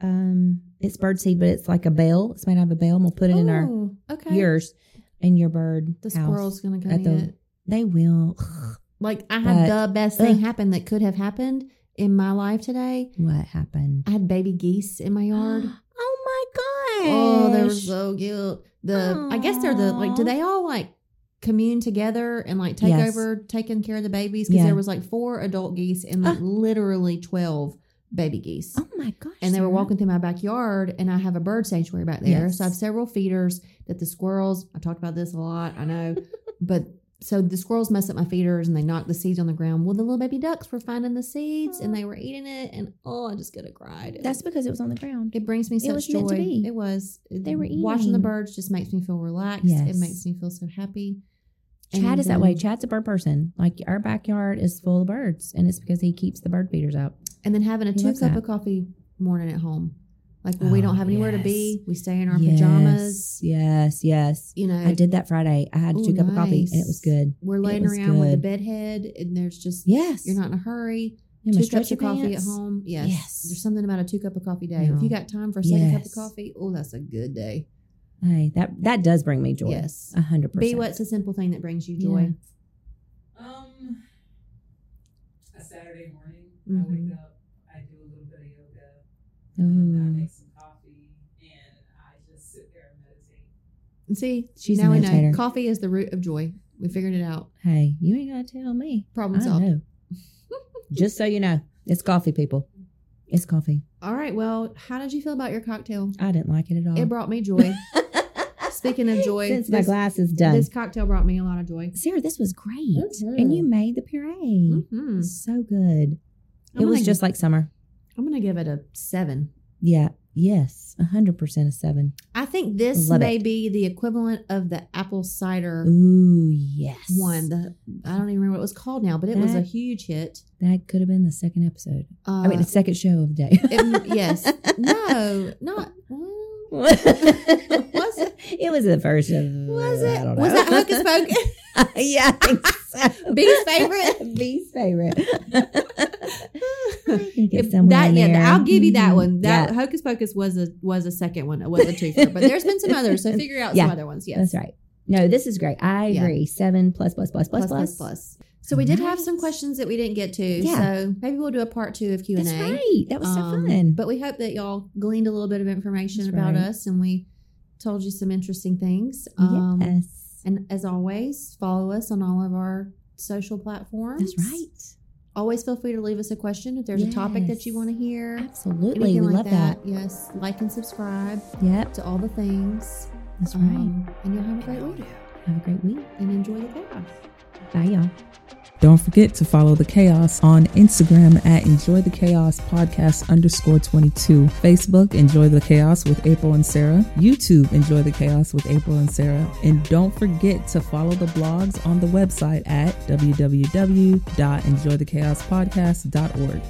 Speaker 1: um it's bird seed but it's like a bell. It's made out of a bell and we'll put it in our
Speaker 2: Oh, okay.
Speaker 1: yours in your bird
Speaker 2: the
Speaker 1: house.
Speaker 2: squirrel's gonna come
Speaker 1: at
Speaker 2: eat
Speaker 1: the-
Speaker 2: it.
Speaker 1: They will *sighs*
Speaker 2: Like I had
Speaker 1: But-
Speaker 2: the best thing happen that could have happened in my life today.
Speaker 1: what happened?
Speaker 2: I had baby geese in
Speaker 1: *gasps*
Speaker 2: my yard. *gasps*
Speaker 1: Oh my gosh.
Speaker 2: oh, they were so cute. The I guess they're the like. Do
Speaker 1: Aw.
Speaker 2: they all like commune together and like take
Speaker 1: Yes.
Speaker 2: over taking care of the babies? Because
Speaker 1: Yeah.
Speaker 2: there was like four adult geese and like literally twelve baby geese.
Speaker 1: Oh my gosh.
Speaker 2: and they were
Speaker 1: Sarah.
Speaker 2: walking through my backyard and i have a bird sanctuary back there
Speaker 1: Yes.
Speaker 2: so i have several feeders that the squirrels i talked about this a lot
Speaker 1: *laughs*
Speaker 2: i know but so the squirrels mess up my feeders and they knock the seeds on the ground well the little baby ducks were finding the seeds and they were eating it and oh i just could have cried It
Speaker 1: That's
Speaker 2: was-
Speaker 1: because it was on the ground.
Speaker 2: it brings me
Speaker 1: it
Speaker 2: such
Speaker 1: was
Speaker 2: joy
Speaker 1: meant to be.
Speaker 2: it was
Speaker 1: They were
Speaker 2: watching the
Speaker 1: eating.
Speaker 2: birds just makes me feel relaxed
Speaker 1: Yes.
Speaker 2: it makes me feel so happy
Speaker 1: Chad
Speaker 2: And
Speaker 1: is that way.
Speaker 2: then-
Speaker 1: Chad's a bird person. Like our backyard is full of birds and it's because he keeps the bird feeders out.
Speaker 2: and then having a
Speaker 1: He
Speaker 2: two
Speaker 1: loves
Speaker 2: cup
Speaker 1: that.
Speaker 2: of coffee morning at home like when we
Speaker 1: Oh,
Speaker 2: don't have anywhere to
Speaker 1: yes.
Speaker 2: be we stay in our pajamas
Speaker 1: Yes, yes. yes.
Speaker 2: you know
Speaker 1: I did that Friday. I had
Speaker 2: Ooh,
Speaker 1: two cup of coffee and it was
Speaker 2: nice.
Speaker 1: good.
Speaker 2: we're laying
Speaker 1: was
Speaker 2: around with a
Speaker 1: good.
Speaker 2: bed head and there's just
Speaker 1: Yes.
Speaker 2: you're not in a hurry
Speaker 1: In my
Speaker 2: two cups
Speaker 1: stretchy
Speaker 2: of coffee
Speaker 1: pants.
Speaker 2: at home yes.
Speaker 1: Yes.
Speaker 2: there's something about a two cup of coffee day
Speaker 1: No.
Speaker 2: if you got time for a second cup of
Speaker 1: Yes.
Speaker 2: coffee oh that's a good day
Speaker 1: Hey, that that does bring me joy.
Speaker 2: yes
Speaker 1: A hundred percent.
Speaker 2: be what's a simple thing that brings you
Speaker 1: Yeah.
Speaker 2: joy
Speaker 3: Um, a Saturday morning,
Speaker 1: Mm-hmm.
Speaker 3: I
Speaker 2: Mhm.
Speaker 3: wake up, I do a little bit of yoga,
Speaker 4: Mm.
Speaker 3: and I
Speaker 1: Ooh,
Speaker 3: make some coffee, and I just sit there and meditate.
Speaker 2: And see
Speaker 1: She's a
Speaker 2: now we know
Speaker 1: meditator.
Speaker 2: coffee is the root of joy we figured it out
Speaker 1: hey, you ain't gotta tell me. I
Speaker 2: problem solved
Speaker 1: know. *laughs* Just so you know, it's coffee, people. It's coffee.
Speaker 2: all right well how did you feel about your cocktail
Speaker 1: I didn't like it at all. *laughs*
Speaker 2: it brought me joy speaking of joy
Speaker 1: Oh. Since my
Speaker 2: this-
Speaker 1: glass is done,
Speaker 2: this cocktail brought me a lot of joy
Speaker 1: Sarah, this was great,
Speaker 2: Mhm.
Speaker 1: and you made the puree.
Speaker 2: Mhm.
Speaker 1: So good.
Speaker 2: I'm
Speaker 1: it was
Speaker 2: gonna-
Speaker 1: just like summer.
Speaker 2: i'm gonna give it a seven
Speaker 1: Yeah. Yes. A hundred percent a seven.
Speaker 2: I think this
Speaker 1: Love
Speaker 2: may be the equivalent of the apple cider
Speaker 1: Ooh, yes.
Speaker 2: one. The I don't even remember what it was called now, but it was a
Speaker 1: That-
Speaker 2: huge hit.
Speaker 1: That could have been the second episode.
Speaker 2: Uh,
Speaker 1: I mean, the second show of the day. *laughs*
Speaker 2: it- yes, no, not well,
Speaker 1: was
Speaker 2: it?
Speaker 1: it? It was the first of.
Speaker 2: was
Speaker 1: Uh, I
Speaker 2: it?
Speaker 1: don't know.
Speaker 2: Was
Speaker 1: *laughs*
Speaker 2: that Hocus Pocus?
Speaker 1: yeah. I think so.
Speaker 2: B's
Speaker 1: *laughs*
Speaker 2: favorite?
Speaker 1: B's
Speaker 2: *laughs*
Speaker 1: favorite. I think it's
Speaker 2: If
Speaker 1: somewhere
Speaker 2: that
Speaker 1: in
Speaker 2: yeah,
Speaker 1: there.
Speaker 2: I'll give you that
Speaker 1: Mhm.
Speaker 2: one. That
Speaker 1: Yeah,
Speaker 2: Hocus Pocus was a was a second one. It was a twofer, but there's been some others.
Speaker 1: *laughs*
Speaker 2: So figure out
Speaker 1: Yeah.
Speaker 2: some other ones. Yes,
Speaker 1: that's right. No, this is great. I
Speaker 2: Yeah.
Speaker 1: agree. Seven plus plus plus plus
Speaker 2: Plus, plus, plus. So we did have some
Speaker 1: Nice.
Speaker 2: questions that we didn't get to.
Speaker 1: Yeah.
Speaker 2: So maybe we'll do a part two of Q and
Speaker 1: That's
Speaker 2: A.
Speaker 1: right. That was
Speaker 2: Um,
Speaker 1: so fun.
Speaker 2: But we hope that y'all gleaned a little bit of information
Speaker 1: That's
Speaker 2: about
Speaker 1: right.
Speaker 2: us and we told you some interesting things. Um,
Speaker 1: yes,
Speaker 2: And as always, follow us on all of our social platforms.
Speaker 1: that's right.
Speaker 2: Always feel free to leave us a question if there's a topic that you
Speaker 1: Yes.
Speaker 2: want to hear.
Speaker 1: Absolutely, we love that.
Speaker 2: Yes. Like and subscribe
Speaker 1: Yep,
Speaker 2: to all the things.
Speaker 1: that's right.
Speaker 2: Um, and you'll have a great week
Speaker 1: Have a great week.
Speaker 2: and enjoy the chaos.
Speaker 1: Bye, y'all.
Speaker 4: Don't forget to follow the chaos on Instagram at Enjoy the Chaos Podcast underscore 22. Facebook, Enjoy the Chaos with April and Sarah. YouTube, Enjoy the Chaos with April and Sarah. And don't forget to follow the blogs on the website at www.enjoythechaospodcast.org.